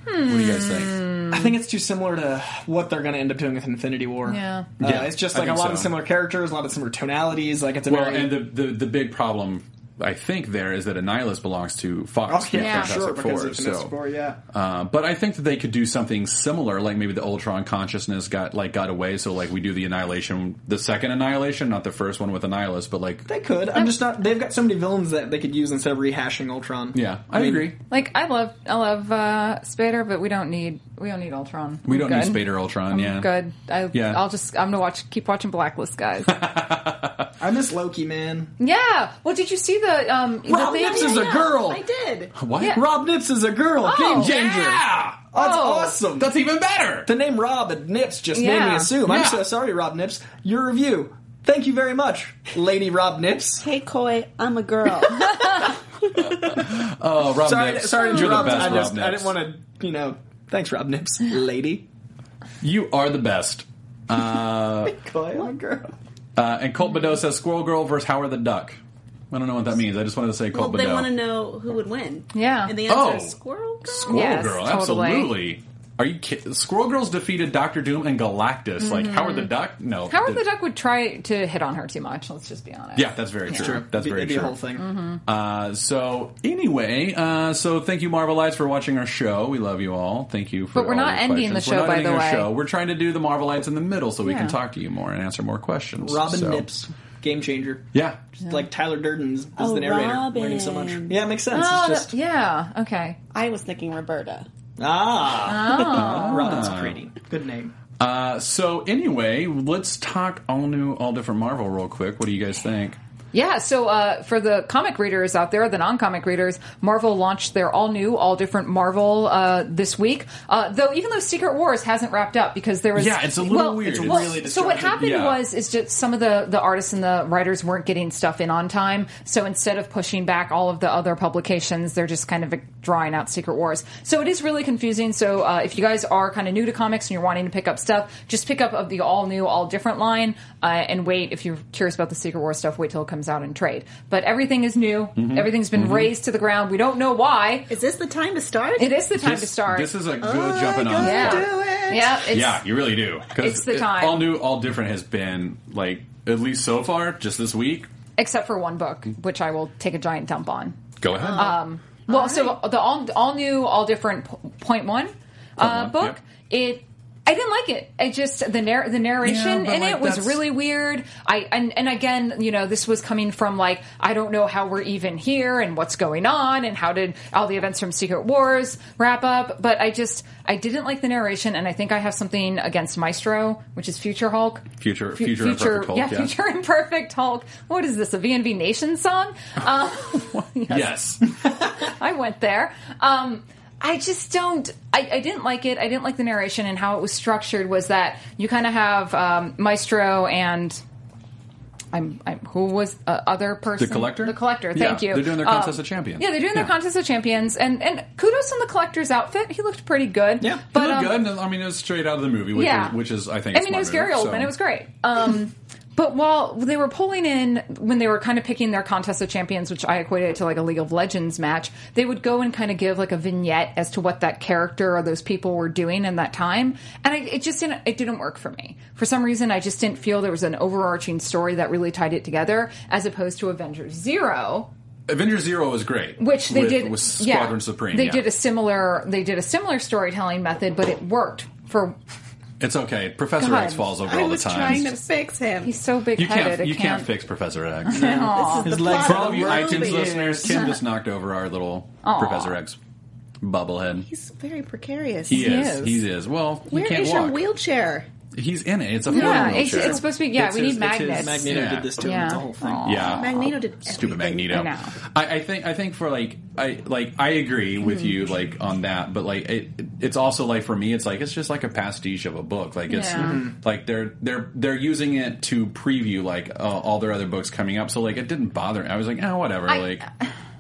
What do you guys
Hmm.
think?
Mm.
I think it's too similar to what they're going to end up doing with Infinity War.
Yeah.
Uh,
Yeah,
it's just
I
like a
think
lot
so.
of similar characters, a lot of similar tonalities. Like it's a
Well,
very
and the, the the big problem I think there is that Annihilus belongs to Fox.
oh, yeah,
Yeah.
for sure
Fantastic
because
Four,
it's Fantastic
so-
Four, yeah.
Uh, but I think that they could do something similar, like maybe the Ultron consciousness got like got away. So like we do the annihilation, the second annihilation, not the first one with Annihilus, but like
they could. I'm just not. They've got so many villains that they could use instead of rehashing Ultron.
yeah, I,
mean,
agree.
like I love, I love uh, Spader, but we don't need, we don't need Ultron.
We
I'm
don't
good.
need Spader Ultron.
I'm
yeah,
good. I,
Yeah.
I'll just, I'm gonna watch, keep watching Blacklist, guys.
I miss Loki, man.
yeah. Well, did you see the um?
Oh,
Rob
the thing-
Nips is a girl.
I did.
What?
Yeah.
Rob Nips is a girl. Game changer.
Yeah!
Oh, that's
Oh.
awesome.
that's even better.
The name Rob and Nips just made me
Yeah.
assume.
Yeah.
I'm so sorry, Rob Nips. Your review. Thank you very much, Lady Rob Nips.
Hey, Coy, I'm a girl.
Oh, Rob
Sorry,
Nips.
sorry, to
you're
Rob,
the best.
I, just,
Rob
I didn't want to, you know. Thanks, Rob Nips, lady.
to. You are the best.
Coy, my girl.
Uh, and Colt Badeau says Squirrel Girl versus Howard the Duck. I don't know what that means. I just wanted to say
well,
Colt
they
Badeau.
want to know who would win.
Yeah.
And the answer
Oh.
is squirrel. Girl?
Squirrel
Yes,
Girl,
totally.
absolutely. Are you kidding? Squirrel Girl's defeated Doctor Doom and Galactus. Like Howard the Duck? No.
Howard Mm-hmm. the Duck would try to hit on her too much. Let's just be honest.
Yeah, that's very true. That's
It'd be-
very
it'd be
true.
a whole thing.
Mm-hmm.
Uh, so anyway, uh, so thank you, Marvelites, for watching our show. We love you all. Thank you for.
But we're
all
not
your
ending
questions.
the
We're not
show, by
ending
the
our
way.
show. We're trying to do the Marvelites in the middle, so we
Yeah.
can talk to you more and answer more questions.
Robin
So-
Nips, game changer.
Yeah.
Like Tyler Durden is, is the
Oh,
narrator. Learning so much.
Robin.
Yeah, it makes sense.
Oh,
it's just
that- yeah. Okay.
I was thinking Roberta.
ah,
Oh.
Robin's pretty. Good name.
Uh, so anyway, let's talk all new, all different Marvel real quick. What do you guys think?
Yeah, so uh, for the comic readers out there, the non-comic readers, Marvel launched their all-new, all-different Marvel uh, this week. Uh, though even though Secret Wars hasn't wrapped up because there was
Yeah, it's a little
well,
weird. It's
well,
really
so what
disjointed.
happened
Yeah.
was is just some of the the artists and the writers weren't getting stuff in on time. So instead of pushing back all of the other publications, they're just kind of drawing out Secret Wars. So it is really confusing. So uh, if you guys are kind of new to comics and you're wanting to pick up stuff, just pick up of the all new, all different line, uh, and wait. If you're curious about the Secret Wars stuff, wait till it comes out in trade. But everything is new.
Mm-hmm.
Everything's been raised to the ground. We don't know why.
Is this the time to start?
It is the time to start.
This is a good jumping on.
yeah.
do it.
Yeah. It's,
yeah, you really do. 'Cause
It's the
it-
time.
all new, all different has been like at least so far, just this week.
Except for one book, which I will take a giant dump on.
Go
Um,
ahead.
Um, Well, so the all all new, all different p- point one
one,
uh, book. It I didn't like it. I just the narr- the narration
Yeah, but,
in
like,
it was
that's-
really weird. I and and again, you know, this was coming from like I don't know how we're even here and what's going on and how did all the events from Secret Wars wrap up. But I just I didn't like the narration, and I think I have something against Maestro, which is Future Hulk.
Future-
Fu-
Future Imperfect Hulk, yeah.
yeah, Future Imperfect Hulk. What is this? A VNV Nation song? Um,
yes.
I went there. Um, I just don't. I, I didn't like it. I didn't like the narration and how it was structured. Was that you kind of have um, Maestro and I'm, I'm who was uh, other person?
The Collector?
The collector.
Yeah,
Thank you. Um,
they're doing their Contest of Champions.
Yeah, they're doing their
Yeah.
contest of champions, and and kudos on the collector's outfit. He looked pretty good.
Yeah, he
but
It looked
um,
good. and, I mean, it was straight out of the movie, which,
yeah,
is, which is, I think,
I
a
mean, it
smart
was Gary
move,
Oldman.
so.
It was great. Um, but while they were pulling in, when they were kind of picking their contest of champions, which I equated to like a League of Legends match, they would go and kind of give like a vignette as to what that character or those people were doing in that time, and I, it just didn't. It didn't work for me for some reason. I just didn't feel there was an overarching story that really tied it together, as opposed to Avengers Zero,
Avengers Zero was great,
which they
with,
did
with
yeah.
Squadron Supreme.
They
yeah.
did a similar. They did a similar storytelling method, but it worked for
It's okay. Professor
God.
X falls over
I
all the
was
time.
trying to fix him.
he's so big
you
headed.
can't. You can't fix Professor X.
this is
His
the
legs-
plot
For all of
of
you
the
iTunes
movie.
listeners, Kim just knocked over our little Professor X bubblehead.
He's very precarious.
He is.
is.
He is. Well, he
Where
can't
is
walk.
your wheelchair?
He's in it. It's a floating
Yeah, it's,
wheelchair.
it's supposed to be. Yeah,
It's
we
his-
need
it's his-
magnets.
Magneto
Yeah.
did this to him.
Yeah.
It's a whole thing.
Aw.
Yeah.
Magneto did
Uh, Stupid
everything.
Magneto.
No.
I, I think I think for like I like I agree with
Mm-hmm.
you like on that, but like it, it's also like for me it's like it's just like a pastiche of a book. Like it's
Yeah. Mm-hmm.
like they're they're they're using it to preview like uh, all their other books coming up. So like it didn't bother me. I was like, oh whatever.
I-
like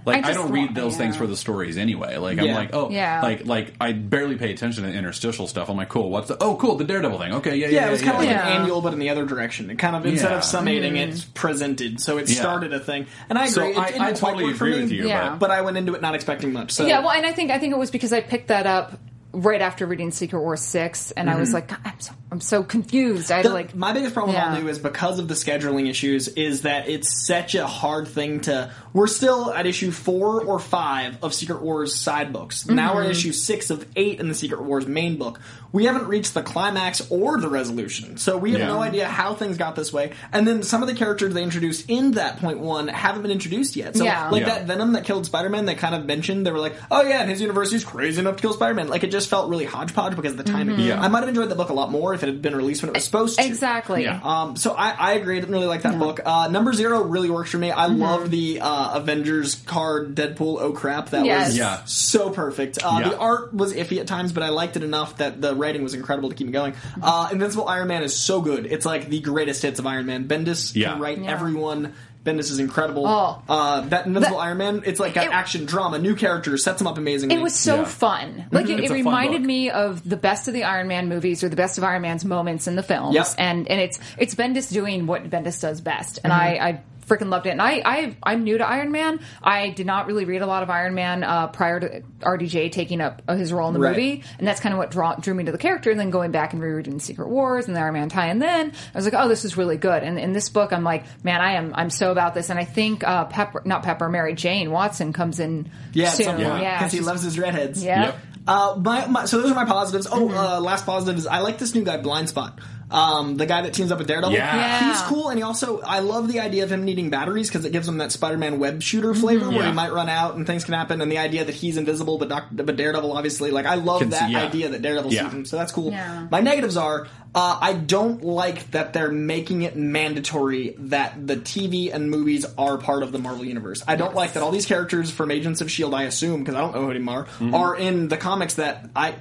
like I,
just
don't read
want-
those things
yeah.
for the stories anyway. Like I'm
Yeah.
like oh
Yeah.
like like I barely pay attention to interstitial stuff. I'm like cool. What's the oh cool the Daredevil thing? Okay yeah yeah
Yeah, it was kind of like
Yeah. Mm-hmm.
an annual, but in the other direction. It kind of instead
Yeah.
of summating, it's presented. So it
Yeah.
started a thing, and I agree.
So
it didn't
I, I
quite
totally
work for
agree
me,
with you.
Yeah.
But
But I went into it not expecting much. So
Yeah, well, and I think I think it was because I picked that up right after reading Secret Wars six, and
Mm-hmm.
I was like, God, I'm so I'm so confused. I had to,
The-
like
my biggest problem with
Yeah.
all new is because of the scheduling issues is that it's such a hard thing to we're still at issue four or five of secret wars side books now
Mm-hmm.
we're at issue six of eight in the secret wars main book we haven't reached the climax or the resolution so we have
Yeah.
no idea how things got this way and then some of the characters they introduced in that point one haven't been introduced yet so
Yeah.
like
Yeah.
that venom that killed spider-man they kind of mentioned they were like oh yeah and his universe he's crazy enough to kill spider-man like it just felt really hodgepodge because of the timing
Mm-hmm. Yeah.
i might have enjoyed the book a lot more if it had been released when it was supposed to
exactly.
Yeah.
um, so I, I agree. I didn't really like that book. Uh, number zero really works for me. I
Mm-hmm.
love the uh, Avengers card Deadpool. Oh crap! That
Yes.
was
Yeah.
so perfect. Uh,
Yeah.
The art was iffy at times, but I liked it enough that the writing was incredible to keep me going.
Mm-hmm.
Uh, Invincible Iron Man is so good. It's like the greatest hits of Iron Man. Bendis
Yeah.
can write
Yeah.
everyone. Bendis is incredible.
Oh.
Uh, that Invincible
That-
Iron Man, it's like got
It-
action drama, new characters, sets them up amazingly.
It was so
Yeah. Mm-hmm.
fun. Like it,
It's
it
a fun
reminded
book.
me of the best of the Iron Man movies or the best of Iron Man's moments in the films.
Yep.
And and it's it's Bendis doing what Bendis does best.
Mm-hmm.
And I, I freaking loved it. And I, I I'm new to Iron Man. I did not really read a lot of Iron Man uh, prior to RDJ taking up uh, his role in the
Right.
movie, and that's kind of what draw, drew me to the character. And then going back and rereading Secret Wars and the Iron Man tie, and then I was like, oh, this is really good. And in this book, I'm like, man, I am I'm so about this. And I think uh, Pepper, not Pepper, Mary Jane Watson comes in
yeah,
soon.
because
yeah,
he
she's-
loves his redheads.
yeah.
Yep.
Uh, my, my, so those are my positives. Oh, uh, last positive is I like this new guy, Blind Spot. Um, the guy that teams up with Daredevil,
Yeah. Yeah.
he's cool, and he also I love the idea of him needing batteries because it gives him that Spider-Man web shooter flavor where
Yeah.
he might run out and things can happen, and the idea that he's invisible but Doc, but Daredevil obviously like I love
Can see-
that
yeah.
idea that Daredevil
Yeah.
sees him, so that's cool.
Yeah.
My negatives are uh, I don't like that they're making it mandatory that the TV and movies are part of the Marvel universe. I don't like that all these characters from Agents of Shield, I assume because I don't know who they are, are in the comics that I.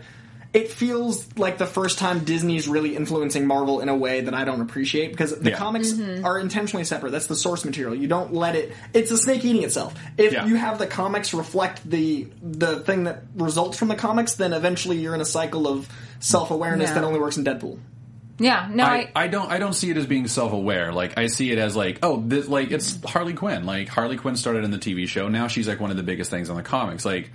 It feels like the first time Disney's really influencing Marvel in a way that I don't appreciate because the
Yeah.
comics are intentionally separate. That's the source material. You don't let it. It's a snake eating itself. If
Yeah.
you have the comics reflect the the thing that results from the comics, then eventually you're in a cycle of self awareness
Yeah.
that only works in Deadpool.
Yeah, no,
I,
I,
I don't I don't see it as being self aware. Like I see it as like oh this, like it's Harley Quinn. Like Harley Quinn started in the TV show. Now she's like one of the biggest things on the comics. Like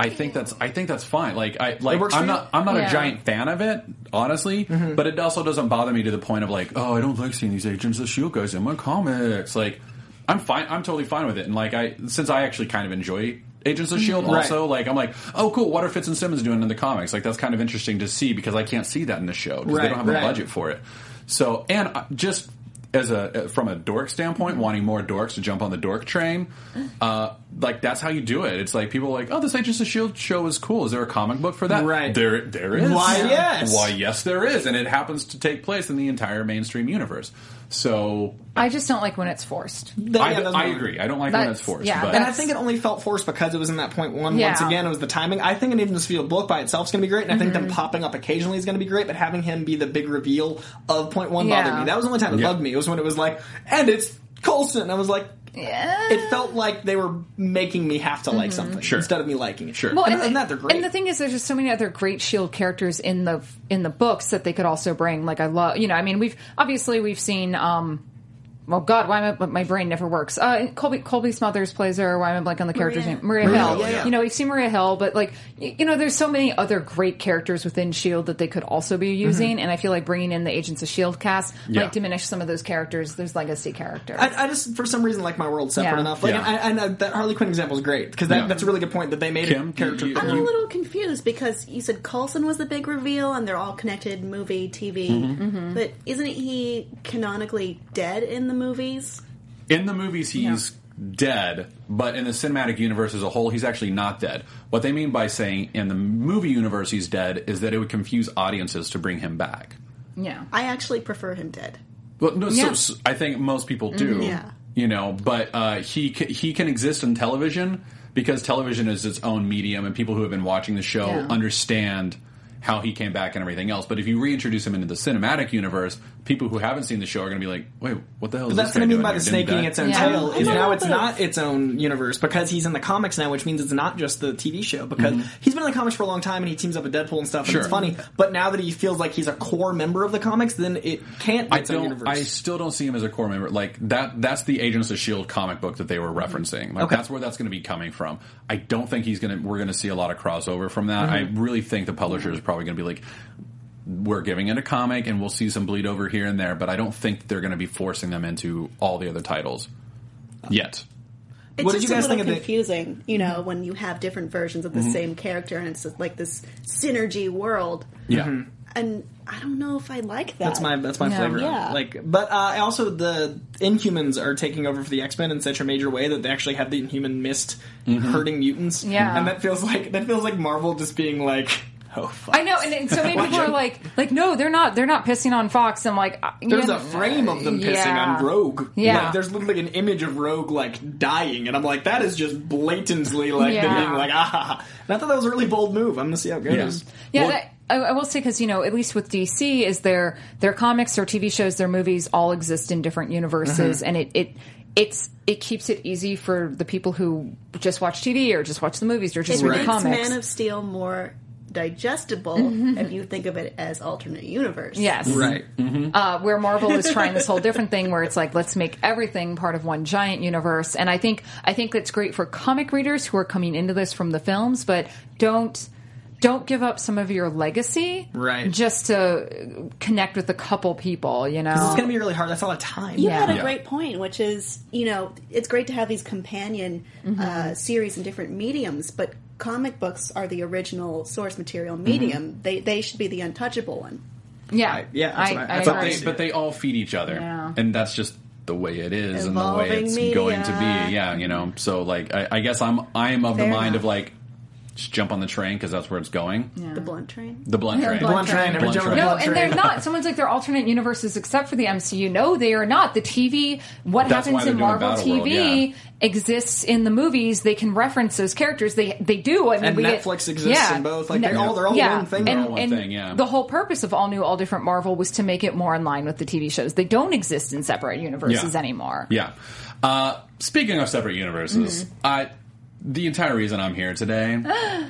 I think that's I think that's fine. Like I like
works for
I'm
you? Mm-hmm.
not I'm not
Yeah.
a giant fan of it honestly, but it also doesn't bother me to the point of like oh I don't like seeing these Agents of Shield E guys in my comics. Like I'm fine. I'm totally fine with it. And like I since I actually kind of enjoy. Agents of Shield
Mm-hmm. Right.
E also like I'm like oh cool what are Fitz and Simmons doing in the comics like that's kind of interesting to see because I can't see that in the show because
Right,
they don't have
right.
a budget for it. So, and uh, just as a uh, from a dork standpoint, wanting more dorks to jump on the dork train,
Uh-huh.
uh, like that's how you do it. It's like people are like, oh, this Agents of Shield show is cool. Is there a comic book for that?
Right.
there, there is.
Why, yes.
Why yes, there is, and it happens to take place in the entire mainstream universe. So,
I just don't like when it's forced.
Th-
I,
yeah, that's
I
my-
agree. I don't like when
That's-
it's forced.
yeah,
but
And I
That's-
think it only felt forced because it was in that point one.
Yeah.
Once again, it was the timing. I think an Agents of Shield book by itself is going to be great, and I think
Mm-hmm.
them popping up occasionally is going to be great. But having him be the big reveal of point one bothered
Yeah.
me. That was the only time it
Yeah.
bugged me. It was when it was like, and it's Colson. I was like, it felt like they were making me have to like something
Sure.
instead of me liking it.
Sure.
Mm-hmm. Well,
and,
and,
other than that, they're great.
and the thing is, there's just so many other great Shield E characters in the in the books that they could also bring. Like I love, you know, I mean, we've obviously we've seen. um well, God, why am I, but my brain never works. Uh, Colby, Colby Smothers plays her. Why am I blank on the character's
Maria.
name? Maria,
Maria
Hill.
Hill, yeah, yeah.
You know, we've seen Maria Hill, but like, y- you know, there's so many other great characters within Shield E that they could also
Mm-hmm.
be using. And I feel like bringing in the Agents of Shield E cast
Yeah.
might diminish some of those characters, those legacy characters.
I, I just for some reason like my world separate
Yeah.
enough. Like,
Yeah.
I, I know that Harley Quinn example is great because that,
Yeah.
that's a really good point that they made
Kim,
a character.
you-
I'm a little confused because you said Coulson was the big reveal, and they're all connected movie, TV.
Mm-hmm.
Mm-hmm.
But isn't he canonically dead in the movies?
In the movies, he's dead, but in the cinematic universe as a whole, he's actually not dead. What they mean by saying in the movie universe he's dead is that it would confuse audiences to bring him back.
yeah.
I actually prefer him dead.
Well, no,
Yeah.
so, so I think most people do.
Yeah.
You know, but uh, he c- he can exist in television because television is its own medium, and people who have been watching the show
Yeah.
understand how he came back and everything else. But if you reintroduce him into the cinematic universe, people who haven't seen the show are going to be like, "Wait, what the hell?" Is
That's
going to
mean by the snake eating its own
Yeah.
tail
I'm
is
a
now
little
it's
bit-
not its own universe because he's in the comics now, which means it's not just the TV show because he's been in the comics for a long time and he teams up with Deadpool and stuff and it's
Mm-hmm. Sure.
funny. But now that he feels like he's a core member of the comics, then it can't be
I
its own
don't.
universe.
I still don't see him as a core member. Like that. That's the Agents of Shield E comic book that they were referencing. Like
Mm-hmm. Okay.
that's where that's going to be coming from. I don't think he's going to. We're going to see a lot of crossover from that.
Mm-hmm.
I really think the publisher is probably going to be like, we're giving it a comic, and we'll see some bleed over here and there. But I don't think they're going to be forcing them into all the other titles yet.
It's
What did
just
you guys
a little
think of the-
confusing, you
Mm-hmm.
know, when you have different versions of the same character, and it's just like this synergy world.
Mm-hmm.
Yeah.
And I don't know if I like that.
That's my that's my
Yeah.
flavor. of it.
Yeah.
Like, but uh, also the Inhumans are taking over for the X Men in such a major way that they actually have the Inhuman mist hurting mutants.
Yeah.
and that feels like that feels like Marvel just being like, oh fuck.
I know, and, and so many people are like, like, no, they're not. They're not pissing on Fox. I'm like, I- you
There's
know,
a frame of them pissing
uh, yeah.
on Rogue.
Yeah.
Like, there's literally an image of Rogue like dying, and I'm like, that is just blatantly like them
Yeah.
being like, ah. And I thought that was a really bold move. I'm gonna see how it goes.
Yeah,
Well-
that, I, I will say because you know, at least with DC, is their their comics, their TV shows, their movies all exist in different
Uh-huh.
universes, and it it it's it keeps it easy for the people who just watch TV or just watch the movies or
It
just read
makes
the comics. Mm-hmm.
Man of Steel more digestible if you think of it as alternate universe.
yes,
Right.
uh, where Marvel is trying this whole different thing where it's like let's make everything part of one giant universe. And I think I think that's great for comic readers who are coming into this from the films, but don't don't give up some of your legacy
Right.
just to connect with a couple people, you
It's
know.
gonna be really hard. That's a lot of time.
You had a
Yeah.
great point, which is, you know, it's great to have these companion
Mm-hmm.
uh, series in different mediums, but
Mm-hmm.
comic books are the original source material medium. They, they should be the untouchable one.
Yeah,
I- yeah, that's
I,
what I-
I
that's
But
what
agree.
they, but they all feed each other,
Yeah.
and that's just the way it is and the way
Evolving
it's going to
media.
be. Yeah, you know. So like, I, I guess I'm I'm of
Fair
the mind
enough.
of like, just jump on the train because that's where it's going.
The blunt train.
The blunt train.
blunt Blunt
train. train.
Blunt
Every
train.
joke-
No,
Blood
and
train.
they're not. Someone's like they're alternate universes except for the MCU. No, they are not. The TV, what
That's why
happens
they're
in
doing
Marvel
Battle
TV
World, yeah.
exists in the movies. They can reference those characters. They they do. I mean,
And
we
Netflix
get,
exists in both. Like, they're all- they're all one thing.
And,
They're
all one
and
thing, yeah.
The whole purpose of all new, all different Marvel was to make it more in line with the TV shows. They don't exist in separate universes
Yeah.
anymore.
Yeah. Uh, speaking of separate universes,
Mm-hmm.
I the entire reason I'm here today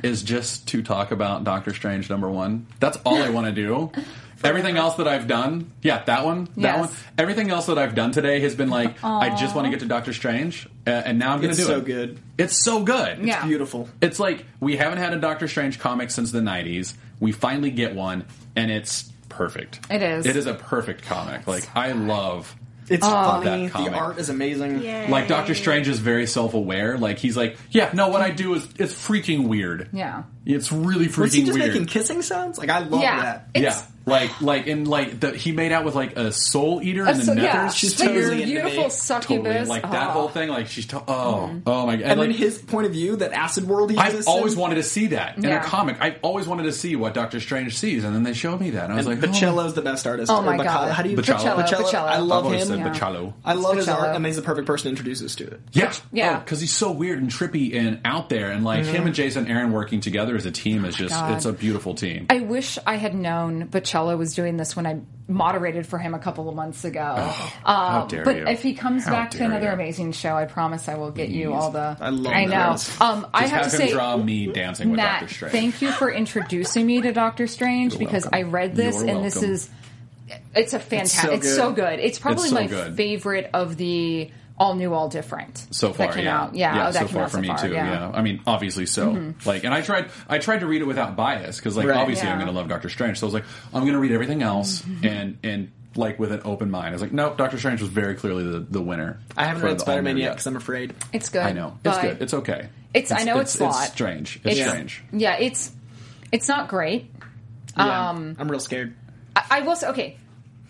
is just to talk about Doctor Strange number one. That's all I want to do. Everything else that I've done, yeah, that one, that
Yes.
one. Everything else that I've done today has been like, I just want to get to Doctor Strange, uh, and now I'm going to
It's
do it.
so good.
It's so good.
Yeah.
Beautiful.
It's like we haven't had a Doctor Strange comic since the '90s. We finally get one, and it's perfect.
It is.
It is a perfect comic. Like I love.
It's funny.
That comic.
The art is amazing.
Yeah.
Like Doctor Strange is very self-aware. Like he's like, yeah, no, what I do is it's freaking weird.
Yeah.
it's really freaking
Was he just
weird.
making kissing sounds? Like I love
Yeah.
that.
It's-
yeah, like like and like the, he made out with like a soul eater
Uh,
and the
so-
nethers.
yeah,
she's
like
totally
your
into
beautiful
me.
succubus.
totally like that
Ah.
whole thing. Like she's to- oh
Mm-hmm.
oh my god.
And
like,
then his point of view, that acid world he
I've
exists
always
in.
wanted to see that in
Yeah.
a comic. I've always wanted to see what Doctor Strange sees, and then they showed me that, and I was
And
like, oh.
Bocello's the best artist.
Oh
Or
my
Bacala-
god!
How do you
Bocello,
Bocello. I
I've
love
always
him.
said
Yeah.
Bacallo.
I love his
Bocello.
art, and he's the perfect person to introduce us to it.
Yeah,
Yeah. Mm-hmm.
because he's so weird and trippy and out there, and like him and Jason Aaron working together as a team is
Oh God.
just—it's a beautiful team.
I wish I had known Bocello was doing this when I moderated for him a couple of months ago.
How dare
uh, Um, but
you.
if he comes
How
back to
dare
another
you.
amazing show, I promise I will get you all the.
I love
I
that.
know.
Just
Um, I
Just
have, to
him
say,
draw me dancing with
Matt,
Doctor Strange.
thank you for introducing me to Doctor Strange
You're
because
welcome.
I read this
You're
and this
welcome.
is. It's a fantastic. It's so good. It's, probably
so
my
good.
favorite of the all new, all different.
so far,
that came
yeah.
out. Yeah, oh, that
so
came
far
out
for
so
me
far, Mm-hmm.
too. I mean, obviously so. Like, and I tried, I tried to read it without bias because, like,
Right.
obviously I'm
Yeah. Mm-hmm.
going to love Doctor Strange. So I was like, I'm going to read everything else and and like with an open mind. I was like, nope, Doctor Strange was very clearly the, the winner.
I haven't
for
read
the
Spider Man
all-new
yet because I'm afraid.
It's good.
I know it's
but-
good. It's okay.
It's- I know it's
it's,
slot.
strange. It's,
It's-
strange.
Yeah, it's it's not great.
Yeah,
Um,
I'm real scared.
I, I will say, okay,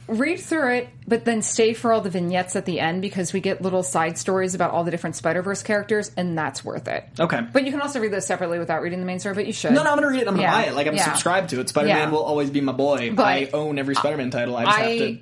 read through it, but then stay for all the vignettes at the end because we get little side stories about all the different Spider Verse characters, and that's worth it.
Okay.
But you can also read those separately without reading the main story, but you should.
No, no, I'm gonna read it. I'm
Yeah,
gonna buy it. Like I'm
yeah.
subscribed to it. Spider Man
Yeah.
will always be my boy.
But
I own every Spider Man title. I just have to.
I,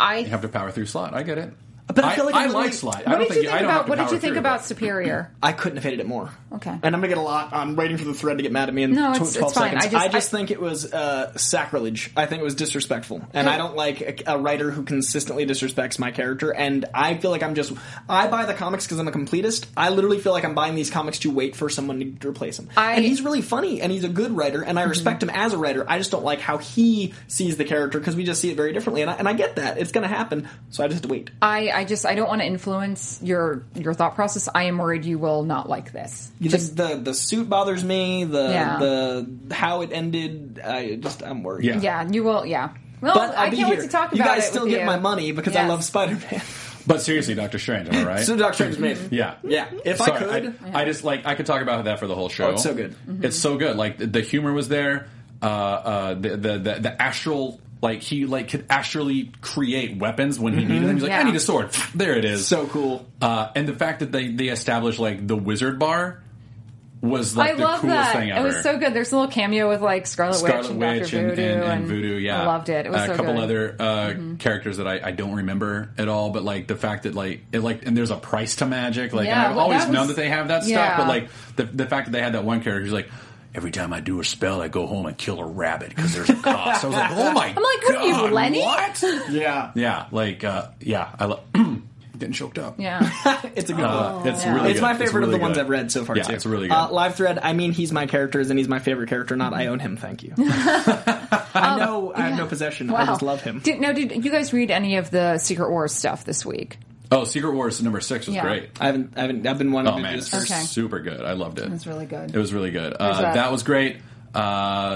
I,
You have to power through slot. I get it.
But I feel like I'm literally-
like slot. I
what
don't
did you think
I don't have
about?
to
What did
power
you think
through,
about
but-
Superior?
I couldn't have hated it more.
Okay.
And I'm gonna get a lot. I'm waiting for the thread to get mad at me in
No,
tw-
it's-
12
it's fine.
seconds.
I just- I-
think it was uh, sacrilege. I think it was disrespectful, and
Hey.
I don't like a, a writer who consistently disrespects my character. And I feel like I'm just. I buy the comics because I'm a completist. I literally feel like I'm buying these comics to wait for someone to replace him.
I- Mm-hmm.
and he's really funny, and he's a good writer, and I respect him as a writer. I just don't like how he sees the character because we just see it very differently, and I, and I get that it's gonna happen. So I just have to wait.
I, I just I don't want to influence your your thought process. I am worried you will not like this.
just the the suit bothers me. The
Yeah.
the how it ended. I just I'm worried.
Yeah.
Yeah, you will. Yeah. Well,
But I'll
I
be
can't wait
here.
to talk
you
about
guys
it
still
with
get
you.
my money because I
Yes.
love Spider Man.
But seriously, Doctor Strange. Am I right?
so Doctor Strange made.
Yeah.
Yeah. If I
Sorry,
could.
I, just like I could talk about that for the whole show.
Oh, it's so good.
It's so good. Like the, the humor was there. Uh, uh, the, the the the astral like he like could astrally create weapons when he needed them. He's like,
Yeah.
I need a sword. There it is.
Mm-hmm. So cool.
Uh, and the fact that they they established like the wizard bar was like
I
the
love
coolest
that.
thing ever.
It was so good. There's a little cameo with like Scarlet,
Scarlet
Witch and
Witch
Doctor
and,
Voodoo,
and, and Voodoo. Yeah,
I loved it. It was
Uh,
so
a couple
good. Mm-hmm.
other uh, characters that I, I don't remember at all, but like the fact that like it like and there's a price to magic. Like and
Yeah,
I've
well,
always
that
known
was-
that they have that
yeah.
stuff, but like the the fact that they had that one character who's like. Every time I do a spell, I go home and kill a rabbit because there's a cost. I was like, "Oh my!" I'm
like, what are you, Lenny?
What?
Yeah.
Yeah, like, uh, yeah, I love getting choked up.
Yeah, Oh,
It's a good
Uh,
one.
it's
Yeah.
really
it's
good.
my favorite of
really
the ones
good.
I've read so far.
Yeah,
too.
it's really good.
Uh, live thread. I mean, he's my character, and he's my favorite character. Not I own him. Thank you. I know I have no possession. I just love him.
Um, Did, now, did you guys read any of the Secret Wars stuff this week?
oh, Secret Wars number six was
Yeah.
great.
I haven't. I haven't. I've been wanting
Oh
to do
man,
this
it's
for
Okay.
super good. I loved it. It
was really good.
It was really good. Uh,
that?
that was great. Uh,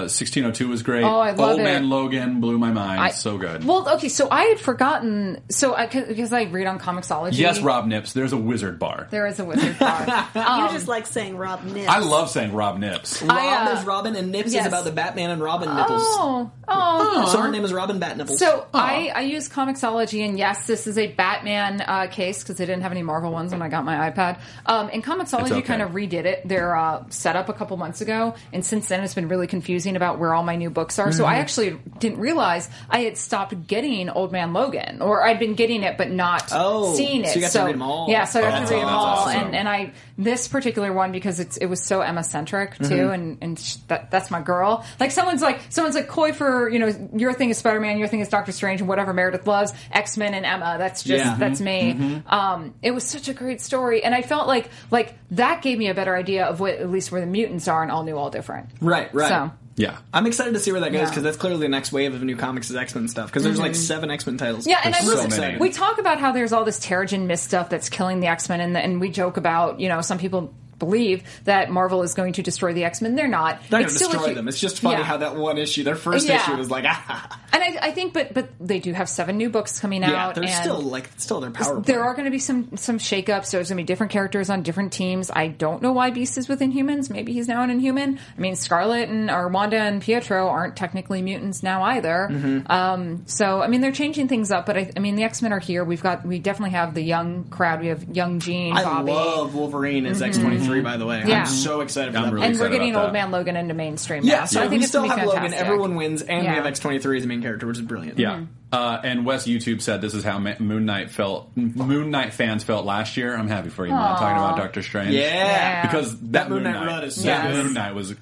Uh, 1602 was great.
Oh, I love
Old
it.
Man Logan blew my mind.
I-
so good.
Well, okay, so I had forgotten. So I because I read on Comixology.
yes, Rob Nips. There's a wizard bar.
There is a wizard bar.
you just like saying Rob Nips.
I love saying Rob Nips.
Rob
I, uh,
is Robin, and Nips
yes.
is about the Batman and Robin nipples.
oh, oh.
So her name is Robin Bat Nipples.
So
Oh.
I, I use Comixology, and yes, this is a Batman uh, case because they didn't have any Marvel ones when I got my iPad. Um, and Comixology
It's okay.
kind of redid it, their uh, setup a couple months ago, and since then it's been really confusing about where all my new books are.
Mm-hmm.
So I actually didn't realize I had stopped getting Old Man Logan, or I'd been getting it but not
Oh,
seeing it.
so you got to read 'em all.
Yeah, so I
Oh,
got to read them
that's
all,
awesome.
and, and I this particular one because it's it was so Emma centric
Mm-hmm.
too, and and sh- that that's my girl. Like someone's like someone's like coy for you know your thing is Spider Man, your thing is Doctor Strange, and whatever Meredith loves X Men and Emma. That's just
Yeah. Mm-hmm.
that's me. Um, it was such a great story, and I felt like like that gave me a better idea of what at least where the mutants are and all new, all different.
Right, right.
So
Yeah.
I'm excited to see where that goes
Yeah. Mm-hmm.
because that's clearly the next wave of new comics is X Men stuff because there's like seven X Men titles.
Yeah, and I
There's
was-
listen,
so many.
we talk about how there's all this Terrigen Mist stuff that's killing the X Men, and, and we joke about you know some people believe that Marvel is going to destroy the X Men. They're not.
They're going
It's
to
still a
destroy
hu-
them. It's just funny
Yeah.
how that one issue, their first
Yeah.
issue, was like, ah.
And I, I think, but but they do have seven new books coming
Yeah,
out.
they're
and
still like still their power.
There
play.
are going to be some some shakeups. There's going to be different characters on different teams. I don't know why Beast is with Inhumans. Maybe he's now an Inhuman. I mean, Scarlet and or Wanda and Pietro aren't technically mutants now either.
Mm-hmm.
Um, so I mean, they're changing things up. But I, I mean, the X Men are here. We've got we definitely have the young crowd. We have young Jean,
I
Bobby,
love Wolverine as X twenty three. By the way,
Mm-hmm. Yeah.
I'm so excited for
I'm
that.
really
and
book.
we're
excited
getting
about
Old
that.
Man Logan into mainstream.
yeah,
now. So
so
I think
we
it's
still
gonna
have
be
Logan.
fantastic.
Everyone wins, and
Yeah.
we have X twenty three as the main character, which is brilliant.
Hmm.
Yeah. Uh, and Wes YouTube said this is how Ma- Moon Knight felt. M- Moon Knight fans felt last year. I'm happy for you, Mom. Talking about Doctor Strange.
yeah.
Yeah.
Because that,
That
Moon
Moon
Knight,
Knight run is
that
nuts.
Moon Knight was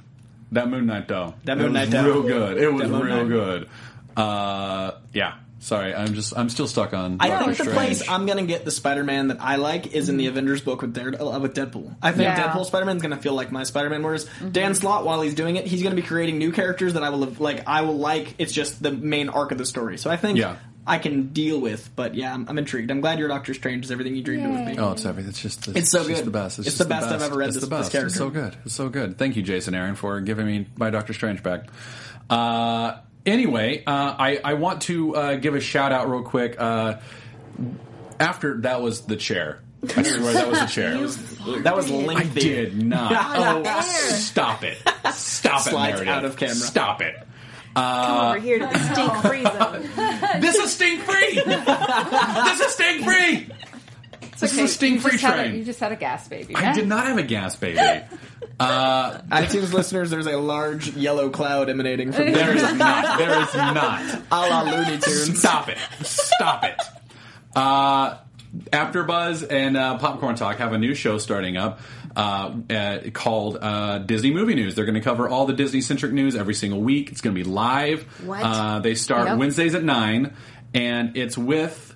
that Moon Knight though.
That
It
Moon Knight
was
though.
real good. It was
That Moon
real
Knight.
good. Uh, yeah. Sorry, I'm just I'm still stuck on.
I
Doctor
think the
Strange.
place I'm gonna get the Spider-Man that I like is in the Avengers book with Dare, uh, with Deadpool. I
Mm-hmm.
think
Yeah. Mm-hmm.
Deadpool Spider-Man's gonna feel like my Spider-Man. Whereas Dan Slott, while he's doing it, he's gonna be creating new characters that I will have, like. I will like. It's just the main arc of the story. So I think
Yeah.
I can deal with. But yeah, I'm, I'm intrigued. I'm glad your Doctor Strange is everything you dreamed it would be.
Oh, it's everything. It's just it's,
so
just
good.
the best. It's,
It's
just
the best I've ever read
It's
this-
the
this
best. It's so good. It's so good. Thank you, Jason Aaron, for giving me my Doctor Strange back. Uh, anyway, uh, I I want to uh, give a shout out real quick. Uh, after that was the chair. I swear that was the chair.
That was
I
lengthy.
did not.
Not
Oh, stop it! Stop it,
Slides
Meredith.
out of camera.
Stop it.
Come
uh,
over here to the stink free zone.
This is sting free. this is sting free. This is a sting
You
free
just had a- You
train.
just had a gas baby.
I
yeah?
did not have a gas baby.
iTunes listeners, there's a large yellow cloud emanating from
There is not. There is not.
a la Looney Tunes.
Stop it. Stop it. Uh, AfterBuzz and uh, Popcorn Talk have a new show starting up uh, uh, called uh, Disney Movie News. They're going to cover all the Disney-centric news every single week. It's going to be live.
What?
Uh, they start
Yep.
Wednesdays at 9, and it's with...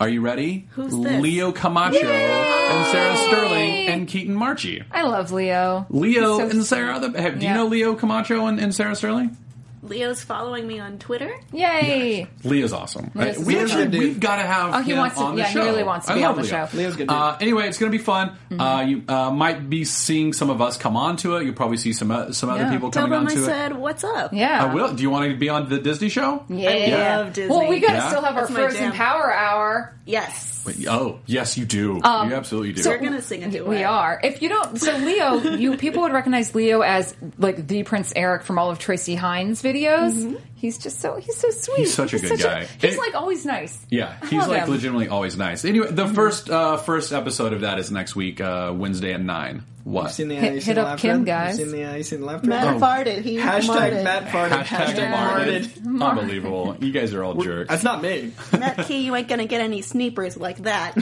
Are you ready?
Who's this?
Leo Camacho and Sarah Sterling and Keaton Marchie.
I love Leo.
Leo
He's so-
and Sarah. The, hey, do you
Yeah.
know Leo Camacho and, and Sarah Sterling?
Leo's following me on Twitter.
Yay!
Leah's awesome.
Leah's
we
awesome.
actually,
Dude.
we've got to have
Oh, he
him
wants to-
on the
yeah, he
show.
really wants to
I
be
love
on the
Leo.
show. Mm-hmm.
Leo's good
Uh, anyway, it's going to be fun. Uh, you uh, might be seeing some of us come on to it. You'll probably see some uh, some other
Yeah.
people
Tell
coming
them
on
I
to it.
said, what's up?
Yeah.
I will. Do you want to be on the Disney show?
Yeah.
I love Disney.
Well, we gotta
Yeah.
still have
That's
our
my
Frozen
jam.
Power Hour.
Yes.
Oh, yes, you do.
Um,
you absolutely do.
so- We're gonna sing a duet.
We are. If you don't, so Leo, you people would recognize Leo as like the Prince Eric from all of Tracy Hines' videos.
Mm-hmm.
He's just so he's so sweet.
He's such a good guy.
he's
It-
like always nice.
yeah,
I
he's
love
like
him. Mm-hmm.
legitimately always nice. Anyway, the first uh, first episode of that is next week, uh, Wednesday at nine. What?
You've seen the, uh,
Hit- hit
you've seen the
up
laugh
Kim,
thread?
guys.
You've seen the, uh, you've seen the laugh
Matt
thread?
farted. He
Hashtag
farted.
Matt farted.
Hashtag
Hashtag
Martin.
farted.
Unbelievable. You guys are all jerks.
That's not me.
Matt Key, you ain't gonna get any sneepers like that.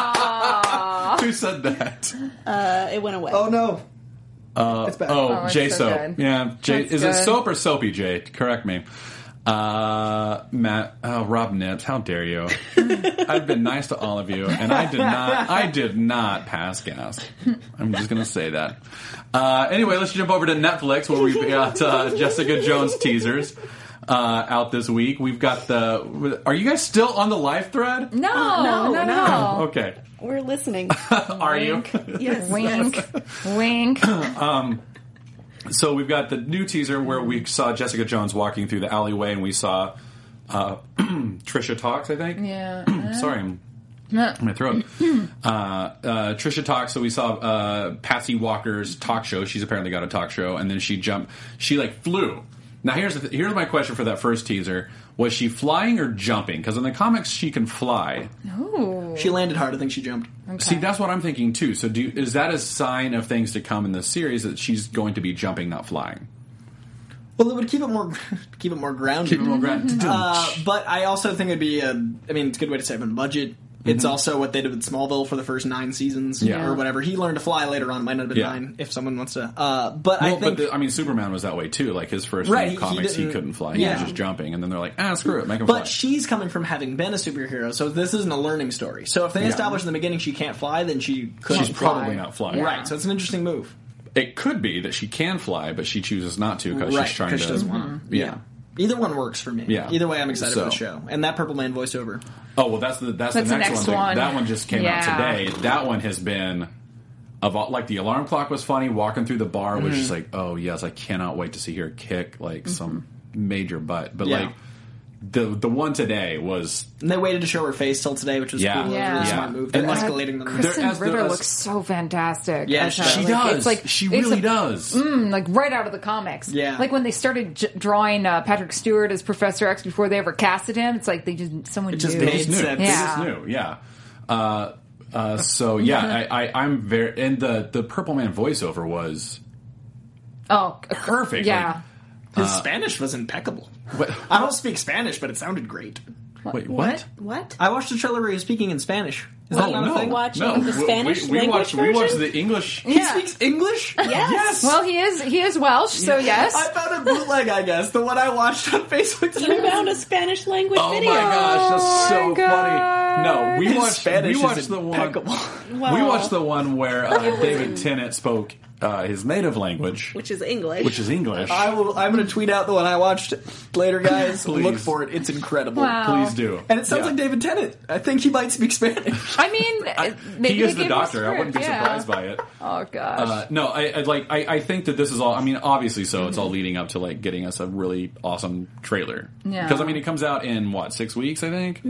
Who said that?
Uh, it went away.
Oh no. it's bad.
Oh,
Oh, it's
J
so
soap.
good.
Yeah, J,
That's
is it
good.
soap or soapy? J, correct me. Uh, Matt, oh, Rob Nips, how dare you? I've been nice to all of you, and I did not. I did not pass gas. I'm just gonna say that. Uh, anyway, let's jump over to Netflix where we've got uh, Jessica Jones teasers. Uh, out this week, we've got the. Are you guys still on the live thread?
No, no,
Oh, no,
not
no.
at all.
Okay,
We're listening.
are you?
Yes.
Wink, wink.
So we've got the new teaser where we saw Jessica Jones walking through the alleyway, and we saw uh, Trisha talks. I think. Hmm,
Yeah.
Sorry, I'm my throat. uh, uh, Trisha talks. So we saw uh, Patsy Walker's talk show. She's apparently got a talk show, and then she jumped. She like flew. Now here's the th- here's my question for that first teaser: Was she flying or jumping? Because in the comics she can fly.
Ooh.
She landed hard. I think she jumped.
See, that's what I'm thinking too. So do you, is that a sign of things to come in this series that she's going to be jumping, not flying?
Well, it would keep it more keep it more grounded.
Keep it more grounded.
Uh, but I also think it'd be a. I mean, it's a good way to save on budget. It's also what they did with Smallville for the first nine seasons
Mm-hmm. Yeah.
or whatever. He learned to fly later on. It might not have been
Yeah.
nine if someone wants to. Uh, but I
Well,
think
but the, I mean, Superman was that way too. Like his first few
Right, he- he
comics, he,
didn't-
couldn't fly; he
yeah.
was just jumping. And then they're like, "Ah, screw it, make him fly."
But she's coming from having been a superhero, so this isn't a learning story. So if they
Yeah.
establish in the beginning she can't fly, then she could
She's
not
probably not flying.
Yeah.
Right, so it's an interesting move.
it could be that she can fly, but she chooses not to because
right,
she's trying to.
'cause she doesn't want to.
Yeah.
Either one works for me.
Yeah.
Either way, I'm excited for the
So-
show. And that Purple Man voiceover.
Oh well, that's the that's,
That's
the
the
next,
next
one.
one.
That one just came
Yeah.
out today. That one has been. Of all, like the alarm clock was funny. Walking through the bar was
Mm-hmm.
just like, oh yes, I cannot wait to see her kick like some major butt. But
Yeah.
like the the one today was
And they waited to show her face till today, which was
Yeah.
cool.
Yeah.
Really
Yeah.
smart move. They're
And, like,
escalating them.
There-
Kristen
as the-
Ritter
as-
looks so fantastic.
Yeah,
as
she-
her.
she
she
Like,
does.
It's like
she
it's
really
a-
does.
Mm-hmm. like right out of the comics.
Yeah.
Like when they started j- drawing uh, Patrick Stewart as Professor X before they ever casted him, it's like they just someone
It just
knew.
They just
made
knew.
sense.
They
Yeah.
just knew. Yeah. Uh, uh, so yeah, I, I, I'm very and the the Purple Man voiceover was
oh,
perfect.
Yeah.
His
Uh,
Spanish was impeccable.
Like,
I don't speak Spanish, but it sounded great.
what, wait, what?
What?
I watched the trailer where he was speaking in Spanish. Is that
Oh
not a
no,
thing?
watch
no.
the
We-
Spanish
we, we
language
watched, We watched
version?
the English.
He
Yeah.
speaks English?
Yes.
Well, he is he is Welsh, so yes.
I found a bootleg, I guess, the one I watched on Facebook today.
You found a Spanish language
Oh
video.
my gosh, that's so
my God.
funny. No, we
His
watched.
Spanish
we
is
watched the
impeccable.
one. We watched the one where uh, David Tennant spoke uh, his native language,
Which is English.
which is English.
I will. I'm going to tweet out the one I watched later, guys.
Please.
Look for it. It's incredible.
Wow.
Please do.
And it sounds
Yeah.
like David Tennant. I think he might speak Spanish.
I mean, uh, maybe
he is the
they gave him a
doctor. I wouldn't be
script, yeah.
surprised by it.
Oh gosh.
Uh, no, I, I like. I, I think that this is all. I mean, obviously, so it's all leading up to like getting us a really awesome trailer.
Yeah. Mm-hmm.
Because I mean, it comes out in what six weeks? I think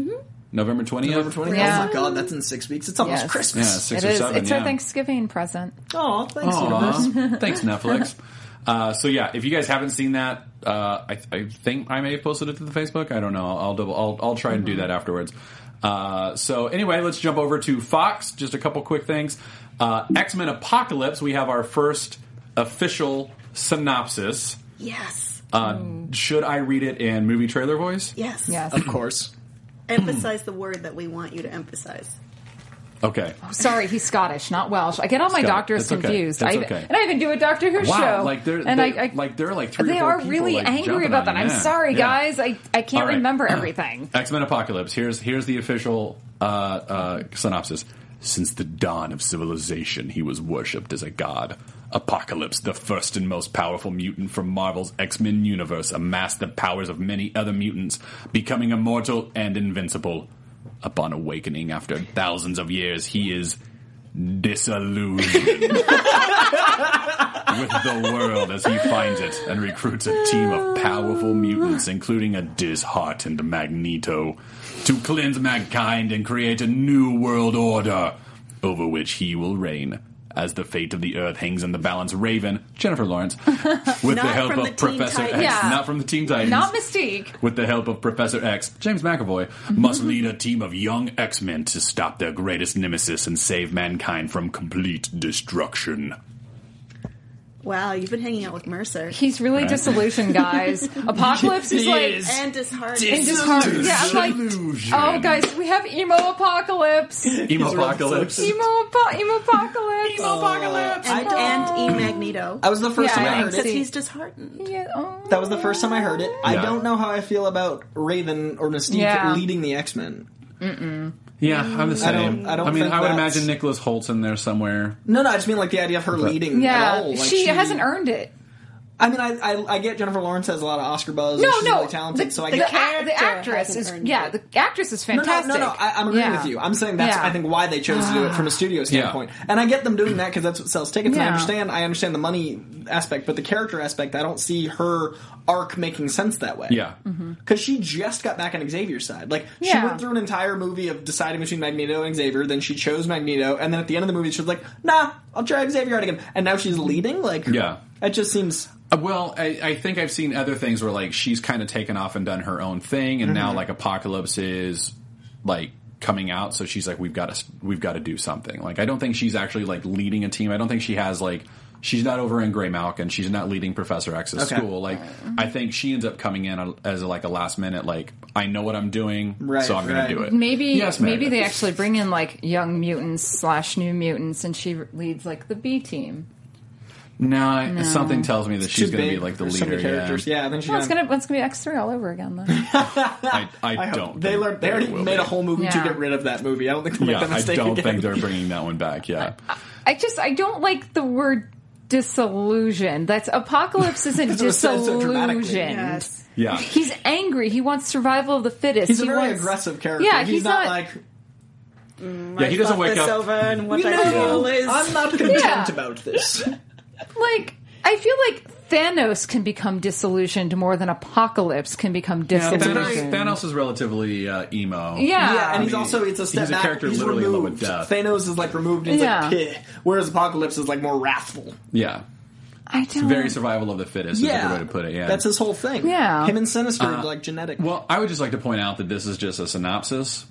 November twentieth.
November 20th.
Yeah.
Oh my god, that's in six weeks. It's almost
Yes.
Yeah,
Christmas.
six
it
or
is.
seven.
it's
yeah.
our Thanksgiving present.
Oh, thanks, universe.
Aw, thanks, Netflix. Uh, so yeah, if you guys haven't seen that, uh, I, I think I may have posted it to the Facebook. I don't know. I'll, I'll double. I'll, I'll try and do
Mm-hmm.
that afterwards. Uh, so anyway, let's jump over to Fox. Just a couple quick things. Uh, X Men Apocalypse. We have our first official synopsis.
yes.
Uh, Should I read it in movie trailer voice?
Yes.
Yes.
Uh,
Of course.
Emphasize the word that we want you to emphasize.
Okay.
Sorry, he's Scottish, not Welsh. I get all my
Scott-
doctors
it's okay.
confused.
It's
I,
okay.
And I even do a Doctor Who
Wow,
show.
like they're-
and
they- like there are like three or
They
four
are
people,
really
like,
angry
jumping
about
on you.
that. I'm
Yeah,
sorry,
yeah.
guys. I, I can't
All right.
remember everything.
X Men Apocalypse. Here's here's the official uh, uh, synopsis. Since the dawn of civilization, he was worshipped as a god. Apocalypse, the first and most powerful mutant from Marvel's X Men universe, amassed the powers of many other mutants, becoming immortal and invincible. Upon awakening after thousands of years, he is disillusioned with the world as he finds it and recruits a team of powerful mutants, including a disheartened Magneto, to cleanse mankind and create a new world order over which he will reign. As the fate of the Earth hangs in the balance, Raven, Jennifer Lawrence, with the
Not
help
from the
of
Teen
Professor X,
Titans.
Yeah.
not from the Teen Titans,
Not Mystique.
with the help of Professor X, James McAvoy, must lead a team of young X Men to stop their greatest nemesis and save mankind from complete destruction.
Wow, you've been hanging out with Mercer.
He's really
Right.
disillusioned, guys. Apocalypse is
He
like.
is.
And disheartened.
and just hard- Yeah, I'm like,
Disillusion.
oh, guys, we have emo apocalypse. Emo
Emo apocalypse.
apo- emo apocalypse. Oh. Emo apocalypse.
and, and E Magneto.
That was the first
Yeah,
time I
I
heard
see.
it.
Because he's disheartened.
oh.
That was the first time I heard it. I
Yeah.
don't know how I feel about Raven or Mystique
Yeah.
leading the X Men.
Yeah, I'm the same. I,
don't- I don't
mean,
think
I would
that's-
imagine Nicholas Holt's in there somewhere.
No, no, I just mean like the idea of her leading.
Yeah,
at all. Like,
she, hasn't earned it.
I mean, I, I I get Jennifer Lawrence has a lot of Oscar buzz.
No,
and she's
no,
really talented.
The,
so I
the, act-
get
the
character
actress
hasn't
is
earned
yeah,
it.
the actress is
No, no,
fantastic.
no, no. I, I'm agreeing
Yeah.
with you. I'm saying that's
Yeah.
I think why they chose to do it from a studio standpoint, and I get them doing that because that's what sells tickets. And I
Yeah.
understand, I understand the money aspect, but the character aspect, I don't see her arc making sense that way.
Yeah.
because she just got back on Xavier's side. Like she
Yeah.
went through an entire movie of deciding between Magneto and Xavier, then she chose Magneto, and then at the end of the movie, she was like, "Nah, I'll try Xavier out again," and now she's leading. Like,
Yeah.
it just seems.
Uh, Well, I, I think I've seen other things where like she's kind of taken off and done her own thing, and
Mm-hmm.
now like Apocalypse is like coming out, so she's like, we've got to we've got to do something. Like I don't think she's actually like leading a team. I don't think she has like she's not over in Grey Malkin. She's not leading Professor X at
Okay.
school. Like I think she ends up coming in as like a last minute like I know what I'm doing,
Right,
so I'm going
right.
to do it.
Maybe
Yes, Meredith.
maybe they actually bring in like young mutants slash new mutants, and she leads like the B team.
No, I- something tells me that she's
too
going to be
big
like the
for
leader.
so many characters.
yeah,
Yeah, I think she's
Well, it's
gonna-
gonna it's gonna be X three all over again then.
I, I,
I hope-
don't.
They,
think
learned, they
there
already
will
made
be.
a whole movie to
Yeah.
get rid of that movie. I don't think they'll make that
I
mistake
don't
again.
think they're bringing that one back. Yeah,
I just I don't like the word disillusioned. That's apocalypse isn't
it was said so dramatically.
disillusioned.
Yes.
yeah.
He's angry. He wants survival of the fittest.
He's a
He
very
wants-
aggressive character.
Yeah,
he's,
he's
not,
not-
like
yeah, he doesn't
Fuck
wake
this
up.
over and what
you
I
know.
feel is
I'm not content
Yeah.
about this.
Like I feel like Thanos can become disillusioned more than Apocalypse can become
Yeah, Thanos,
disillusioned.
Thanos is relatively uh, emo.
Yeah.
Yeah, and he's
I mean,
also it's a step
he's a
back.
character
he's
literally in love
removed.
with death.
Thanos is like removed. And he's
Yeah.
like, "Heh," whereas Apocalypse is like more wrathful.
yeah.
I don't.
Very survival of the fittest is a
Yeah,
good way to put it. Yeah, Uh,
that's his whole thing.
Yeah.
him and Sinister are like genetic.
Well, I would just like to point out that this is just a synopsis.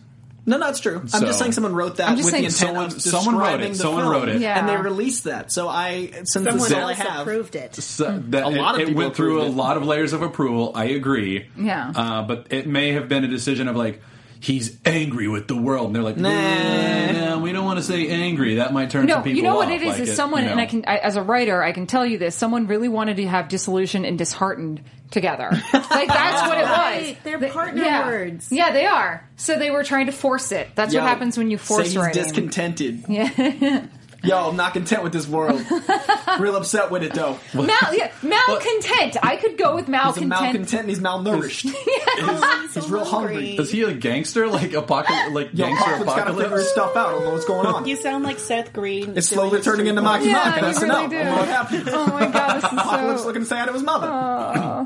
no, that's true. I'm
So-
just saying someone wrote that
I'm just
with the
saying-
intent
Someone-
of
someone wrote it.
describing The
Someone
film,
wrote it.
Yeah.
and they released that. So I since this
Someone
is all I
else
have.
approved it.
So
Hmm.
that
A lot of
it, it
people
went through a
approved it.
lot of layers of approval. I agree.
Yeah.
uh, but it may have been a decision of like. He's angry with the world, and they're like,
Nah.
"Nah, we don't want to say angry. That might turn some
No,
people
you know what
off."
it is
Like
is
you
someone, and
know.
I can, I, as a writer, I can tell you this: someone really wanted to have disillusioned and disheartened together. Like that's what it was.
Right, they're partner
yeah.
words.
Yeah, they are. So they were trying to force it. That's
Yo,
what happens when you
say
force
he's
writing.
discontented. Yeah. Yo, I'm not content with this world. Real upset with it though.
Mal, yeah, malcontent. I could go with
He's a
malcontent.
malcontent and he's malnourished.
Oh,
he's real hungry.
Is he a gangster? Like apocalypse? Like
Yo,
gangster
Parkland's gotta figure
apocalypse?
his stuff out. I don't know what's going on.
you sound like Seth Green.
It's
doing
slowly
his
turning
street
into
walk.
Mikey
Yeah,
Mike.
you
That's
really
enough.
do.
I don't know what happened.
oh my god, this is
Apocalypse
so.
looking sad at his mother.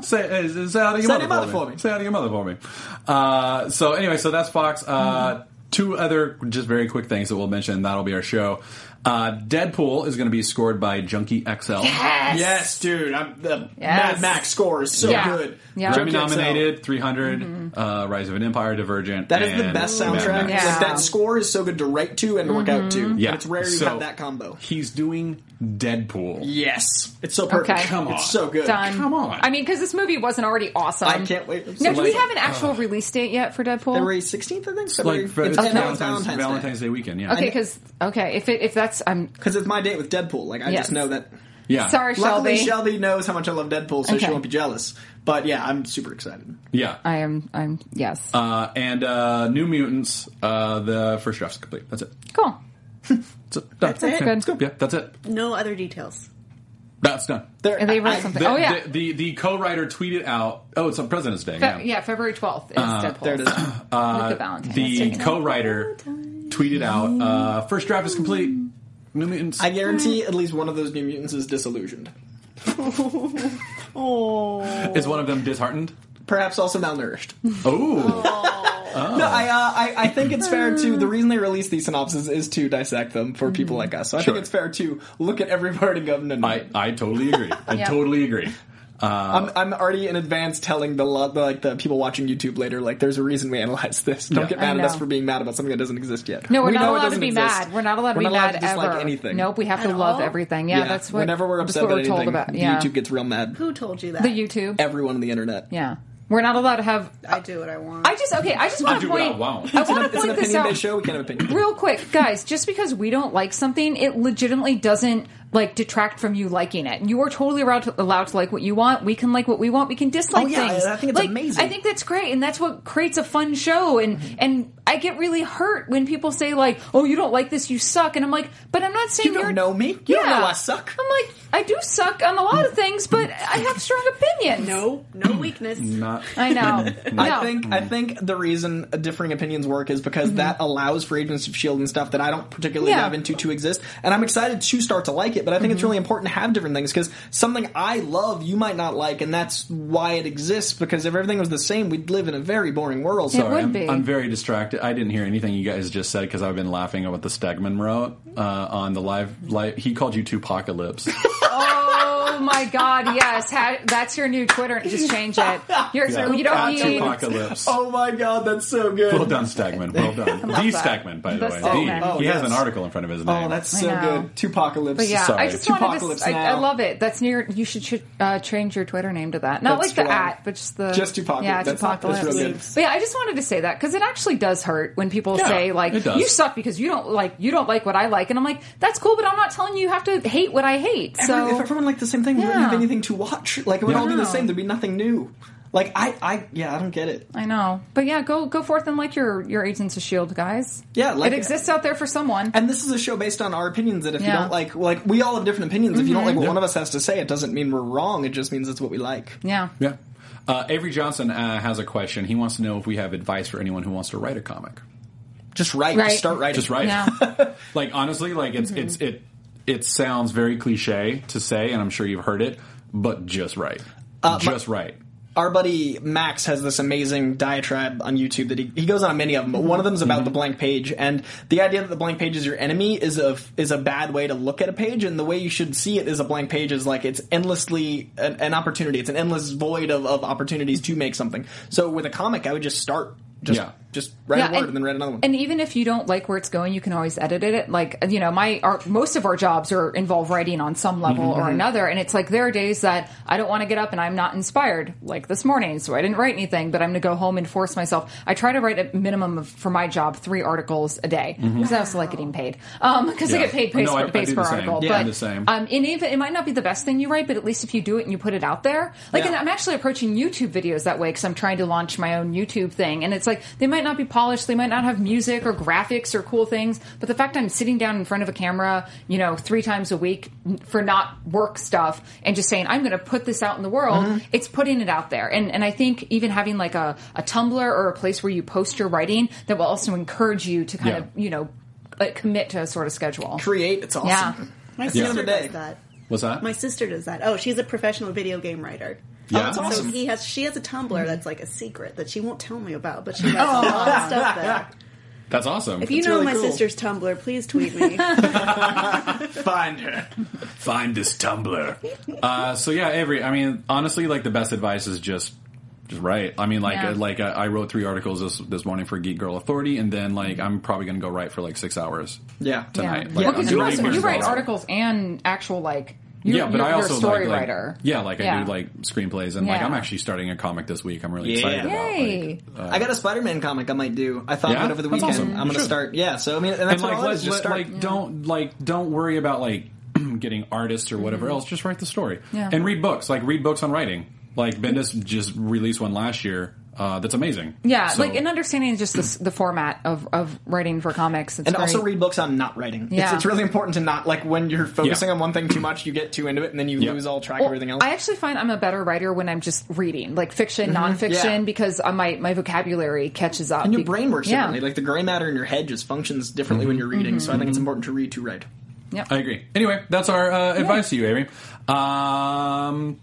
Say, uh, say out of
Say
your
out
mother, for me. Say out of your mother for me. Uh, so anyway, so that's Fox. Uh, Two other just very quick things that we'll mention. That'll be our show. Uh, Deadpool is going to be scored by Junkie XL.
Yes.
yes, dude. I'm, the Mad
Yes.
Max score is so
Yeah.
good.
Yeah.
Grammy
Junkie XL.
nominated, 300, uh, Rise of an Empire, Divergent.
That is the
and
best
Mad
soundtrack.
Max.
Yeah. Mm-hmm.
Like that score is so good to write to and to work out to.
Yeah.
And it's rare you
So,
have that combo.
He's doing Deadpool.
Yes, it's so perfect.
Okay. Come
on.
it's so good.
Done.
Come on.
I mean, because this movie wasn't already awesome.
I can't wait.
Now, do we
Like,
have an actual release date yet for Deadpool?
February 16th, I think.
It's like
February,
it's
it's,
Valentine's,
Valentine's, Day.
Valentine's Day weekend. Yeah.
Okay, because okay, if it, if that's I'm
Because it's my date with Deadpool. Like I
Yes.
just know that.
Yeah.
sorry,
Luckily,
Shelby.
Shelby knows how much I love Deadpool, so she
Okay.
won't be jealous. But yeah, I'm super excited.
Yeah.
I am. I'm yes.
Uh, and uh, New Mutants, uh, the first draft's complete. That's it.
cool.
That's it. That's
it?
That's good. Yeah, that's it.
No other details.
That's done.
There,
And they wrote
I-
something.
The,
oh yeah.
The, the, the co-writer tweeted out. Oh, it's on President's Day.
Fe-
yeah.
yeah, February twelfth is Deadpool.
Uh, There it is. Uh,
with the Valentine's Day.
The co-writer tweeted out. Uh, first draft is complete. New Mutants.
I guarantee at least one of those New Mutants is disillusioned.
is one of them disheartened?
Perhaps also malnourished.
Oh,
No, I, uh, I I think it's fair to the reason they release these synopses is to dissect them for
Mm-hmm.
people like us. So I
Sure.
think it's fair to look at every part and go, no, no.
I uh, I totally agree. I
Yeah.
totally agree.
I'm, I'm already in advance telling the, lo- the like the people watching YouTube later, like there's a reason we analyze this. Don't
Yeah.
get mad
I
at us
know.
for being mad about something that doesn't exist yet.
No, we're
We
not
know it
allowed to
doesn't
be
exist.
mad. We're not allowed to
We're
be
not allowed
mad
to dislike
ever.
anything.
Nope, we have
At
to love
all?
everything. Yeah, that's what.
Whenever we're
that's
upset
what
about
we're told
anything,
about. Yeah,
YouTube gets real mad.
Who told you that?
the YouTube.
Everyone on the internet.
yeah, we're not allowed to have.
I do what I want.
I just okay. I just want
do
to
what I
point.
want.
I want to
It's an
point this
opinion
out.
based show. We can't have opinions.
Real quick, guys, just because we don't like something, it legitimately doesn't like detract from you liking it. You are totally allowed to, allowed to like what you want. We can like what we want. We can dislike
Oh, yeah,
things.
I think it's
Like,
amazing. Mm-hmm.
I think that's great, and that's what creates a fun show. And and I get really hurt when people say like, "Oh, you don't like this, you suck," and I'm like, "But I'm not saying
You don't
are
know me. You don't know I suck."
I'm like, I do suck on a lot of things, but I have strong opinions.
No, no weakness.
Not
I know. no. Mm-hmm.
I think
Mm.
I think the reason differing opinions work is because that allows for Agents of Shield and stuff that I don't particularly
Yeah. Mm-hmm.
dive into to exist, and I'm excited to start to like it. But I think it's really important to have different things because something I love you might not like, and that's why it exists. Because if everything was the same, we'd live in a very boring world.
It
So
would
I'm,
be.
I'm very distracted. I didn't hear anything you guys just said because I've been laughing at what the Stegman wrote uh, on the live. live he called you two apocalypse.
Oh my God! Yes, ha- that's your new Twitter. Just change it. You're, Oh, You don't need.
apocalypse.
oh my god, that's so good.
Well done, Stagman. Well done. The
that.
Stagman, by the,
The
way.
Stagman.
The.
Oh,
he has
yes.
an article in front of his name.
Oh, that's
I
so
know.
good. Tupacalypse.
But yeah,
Sorry.
I just wanted to.
Tupacalypse
I, I
Now.
love it. That's near. You should, should uh, change your Twitter name to that. Not like
That's
the
wrong.
at, but just the
Just Tupacalypse.
Yeah,
That's- that's
Tupacalypse.
real good.
But yeah, I just wanted to say that because it actually does hurt when people
Yeah,
say like
it does.
you suck because you don't like you don't like what I like, and I'm like that's cool, but I'm not telling you you have to hate what I hate. So
if everyone liked the same thing, we wouldn't
Yeah.
have anything to watch. Like it would
Yeah.
all be
No.
the same. There'd be nothing new. Like I, I, yeah, I don't get it.
I know, but yeah, go go forth and like your your Agents of Shield E guys.
Yeah, like-
it exists out there for someone.
And this is a show based on our opinions. That if you
Yeah. Mm-hmm.
don't like, like we all have different opinions. If you don't like what one of us has to say, it doesn't mean we're wrong. It just means it's what we like.
yeah.
yeah. Uh, Avery Johnson uh, has a question. He wants to know if we have advice for anyone who wants to write a comic.
Just write.
Right.
Just start writing.
Just write.
Yeah.
like honestly, like it's it's it it sounds very cliche to say, and I'm sure you've heard it, but just right.
Uh,
just right.
Our buddy Max has this amazing diatribe on YouTube that he, he goes on many of them, but one of them is
Mm-hmm.
about the blank page and the idea that the blank page is your enemy is a is a bad way to look at a page, and the way you should see it is a blank page is like it's endlessly an, an opportunity. It's an endless void of, of opportunities to make something. So with a comic, I would just start. Just
Yeah.
just write a word and, then write another one.
And even if you don't like where it's going, you can always edit it. Like you know, my our, most of our jobs are involve writing on some level
Mm-hmm.
or another, and it's like there are days that I don't want to get up and I'm not inspired, like this morning, so I didn't write anything. But I'm going to go home and force myself. I try to write a minimum of for my job three articles a day because I also like getting paid because I
Mm-hmm. Yeah.
get paid pays
No, I- I
per,
do
pays
the
per
same.
article.
Yeah, I'm
but
the same.
Um, and even it might not be the best thing you write, but at least if you do it and you put it out there, like
Yeah.
and I'm actually approaching YouTube videos that way because I'm trying to launch my own YouTube thing, and it's like they might not be polished, they might not have music or graphics or cool things, but the fact I'm sitting down in front of a camera, you know, three times a week for not work stuff and just saying I'm going to put this out in the world,
Mm-hmm.
it's putting it out there, and and I think even having like a a Tumblr or a place where you post your writing that will also encourage you to kind
Yeah.
of you know. uh, Commit to a sort of schedule.
create. It's awesome.
Yeah.
My
the
sister
other day.
does that.
What's that?
My Oh, sister does that. Oh, she's a professional video game writer.
Yeah. that's
So
awesome.
he has she has a Tumblr that's like a secret that she won't tell me about, but she writes a lot of stuff there.
That's awesome.
If you know
really
my
cool.
sister's Tumblr, please tweet me.
Find her.
find this Tumblr. Uh, so yeah, Avery. I mean, honestly, like the best advice is just just write. I mean, like
Yeah.
like uh, I, I wrote three articles this this morning for Geek Girl Authority, and then like I'm probably gonna go write for like six hours.
Yeah.
tonight.
Well,
Like,
'cause
I'm
you,
doing
also,
it
you
myself.
write articles and actual like you're,
Yeah, but
you're,
I
you're
also
a
like,
story
like-
writer.
yeah, like I
Yeah.
do like screenplays and like
Yeah.
I'm actually starting a comic this week. I'm really
Yeah.
excited about.
Yay.
Like, uh,
I got a Spider-Man comic I might do. I thought
Yeah?
about it over the
That's
weekend.
awesome. You
I'm going to
should.
start. Yeah. So I mean, and that's
and like,
all it
let,
is. Just
let-
start.
like don't like don't worry about like getting artists or whatever else. Just write the story
Mm-hmm. Yeah.
and read books. Like read books on writing. Like Bendis just released one last year. Uh, that's amazing.
Yeah,
So-
like and understanding just this, the format of, of writing for comics. It's
and
very-
also read books on not writing. It's,
Yeah.
it's really important to not like when you're focusing
Yeah.
on one thing too much, you get too into it, and then you
Yeah.
lose all track
Well,
of everything else.
I actually find I'm a better writer when I'm just reading, like fiction,
Mm-hmm.
nonfiction,
yeah.
because uh, my my vocabulary catches up.
and your
Be-
brain works
yeah.
differently. Like the gray matter in your head just functions differently
Mm-hmm.
when you're reading. So I
Mm-hmm.
think it's important to read to write.
Yep.
I agree. Anyway, that's our uh, advice to you, Avery. Um,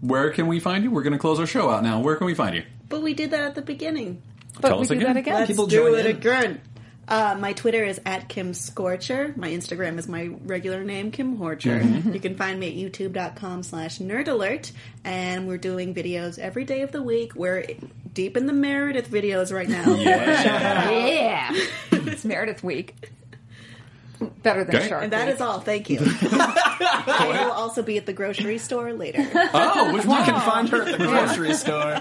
where can we find you? We're going to close our show out now. Where can we find you?
but we did that at the beginning.
but
Tell
we
us
do
again.
that again.
Let's
people
do
join
it
in.
again. Uh, my Twitter is at Kim Scorcher. My Instagram is my regular name, Kim Horcher.
Mm-hmm.
You can find me at youtube.com slash nerdalert. And we're doing videos every day of the week. We're deep in the Meredith videos right now.
yeah, it's Meredith Week. Better than
Okay.
Shark.
And that
Week.
is all. Thank you. I will also be at the grocery store later.
Oh, which one?
can find her at the grocery store.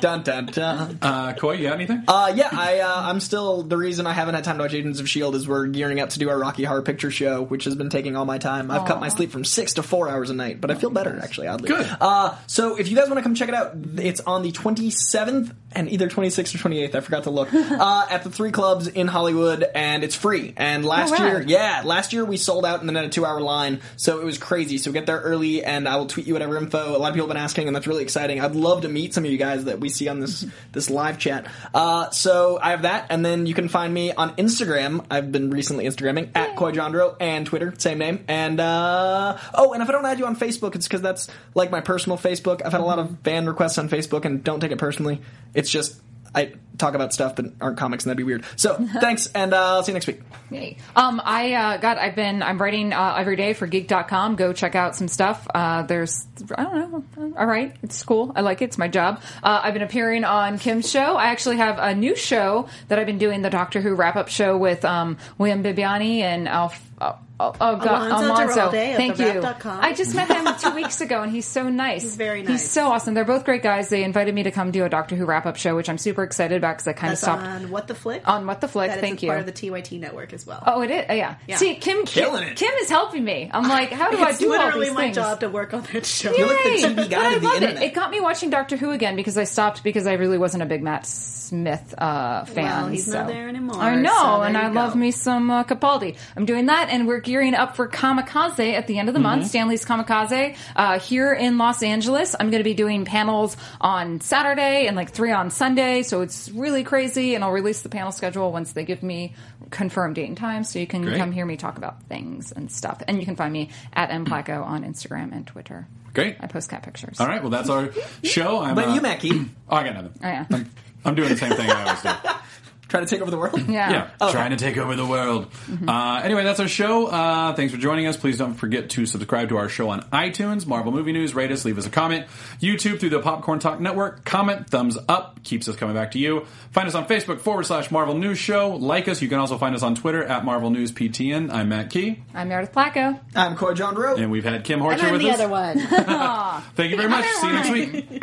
Dun dun dun.
Uh, Koi, you got anything?
Uh, yeah, I uh, I'm still the reason I haven't had time to watch Agents of Shield is we're gearing up to do our Rocky Horror Picture Show, which has been taking all my time. I've cut my sleep from six to four hours a night, but I feel better actually. Oddly,
Good.
Uh, so if you guys want to come check it out, it's on the 27th and either 26th or 28th. I forgot to look uh, at the three clubs in Hollywood, and it's free. And last
wow.
year, yeah, last year we sold out in the net a two-hour line, so it was crazy. So get there early, and I will tweet you whatever info. A lot of people have been asking, and that's really exciting. I'd love to meet some of you guys that we see on this this live chat. Uh, so I have that, and then you can find me on Instagram. I've been recently Instagramming at Koijandro and Twitter, same name. And uh, oh, and if I don't add you on Facebook, it's because that's like my personal Facebook. I've had a lot of fan requests on Facebook, and don't take it personally. It's just. I talk about stuff that aren't comics, and that'd be weird. So, thanks, and uh, I'll see you next week.
Yay. Um, I uh, got. I've been. I'm writing uh, every day for Geek.com. Go check out some stuff. Uh, there's. I don't know. All right. It's cool. I like it. It's my job. Uh, I've been appearing on Kim's show. I actually have a new show that I've been doing, the Doctor Who wrap up show with um, William Bibiani and Alf. Oh, oh, oh, God,
Alonzo
Alonzo.
Duralde of
Thank
the
you.
Wrap.com.
I just met him two weeks ago, and he's so nice. He's
very
He's
nice.
so awesome. They're both great guys. They invited me to come do a Doctor Who wrap up show, which I'm super excited about because I kind of
That's
stopped
on What the Flick.
on What the Flick.
That is
Thank
a
you.
part of the TYT network as well.
Oh, it is. Oh, yeah.
Yeah.
See, Kim,
Killing
Kim,
it.
Kim is helping me. I'm like, how do I
it's
do all
literally
these
my
things?
job to work on that show.
You're like the TV
but
guy
I
of the
love
internet.
it. It got me watching Doctor Who again because I stopped because I really wasn't a big Matt Smith uh, fan.
Well, he's not
so.
there anymore,
I know,
so there
and
you
I
go.
love me some uh, Capaldi. I'm doing that, and we're gearing up for Kamikaze at the end of the
Mm-hmm.
month. Stanley's Kamikaze uh, here in Los Angeles. I'm going to be doing panels on Saturday and like three on Sunday, so it's really crazy. And I'll release the panel schedule once they give me confirmed date and time, so you can
Great.
come hear me talk about things and stuff. And you can find me at mplaco on Instagram and Twitter.
Great.
I post cat pictures.
All right, well, that's our show. I'm,
But
uh,
you, Mackie,
Oh, I got nothing.
Oh, yeah.
I'm, I'm doing the same thing I always do.
Oh.
trying to take over the world.
Yeah.
Yeah, trying to take over the world.
Mm-hmm.
Uh, anyway, that's our show. Uh, thanks for joining us. Please don't forget to subscribe to our show on iTunes, Marvel Movie News. Rate us, leave us a comment. YouTube through the Popcorn Talk Network. Comment, thumbs up, keeps us coming back to you. Find us on Facebook forward slash Marvel News Show. Like us. You can also find us on Twitter at Marvel News PTN. I'm Matt Key,
I'm Meredith Placco.
I'm Corey John Rowe.
and we've had Kim Horcher
And I'm
with
the
us.
other one.
Thank you very much. See you next week.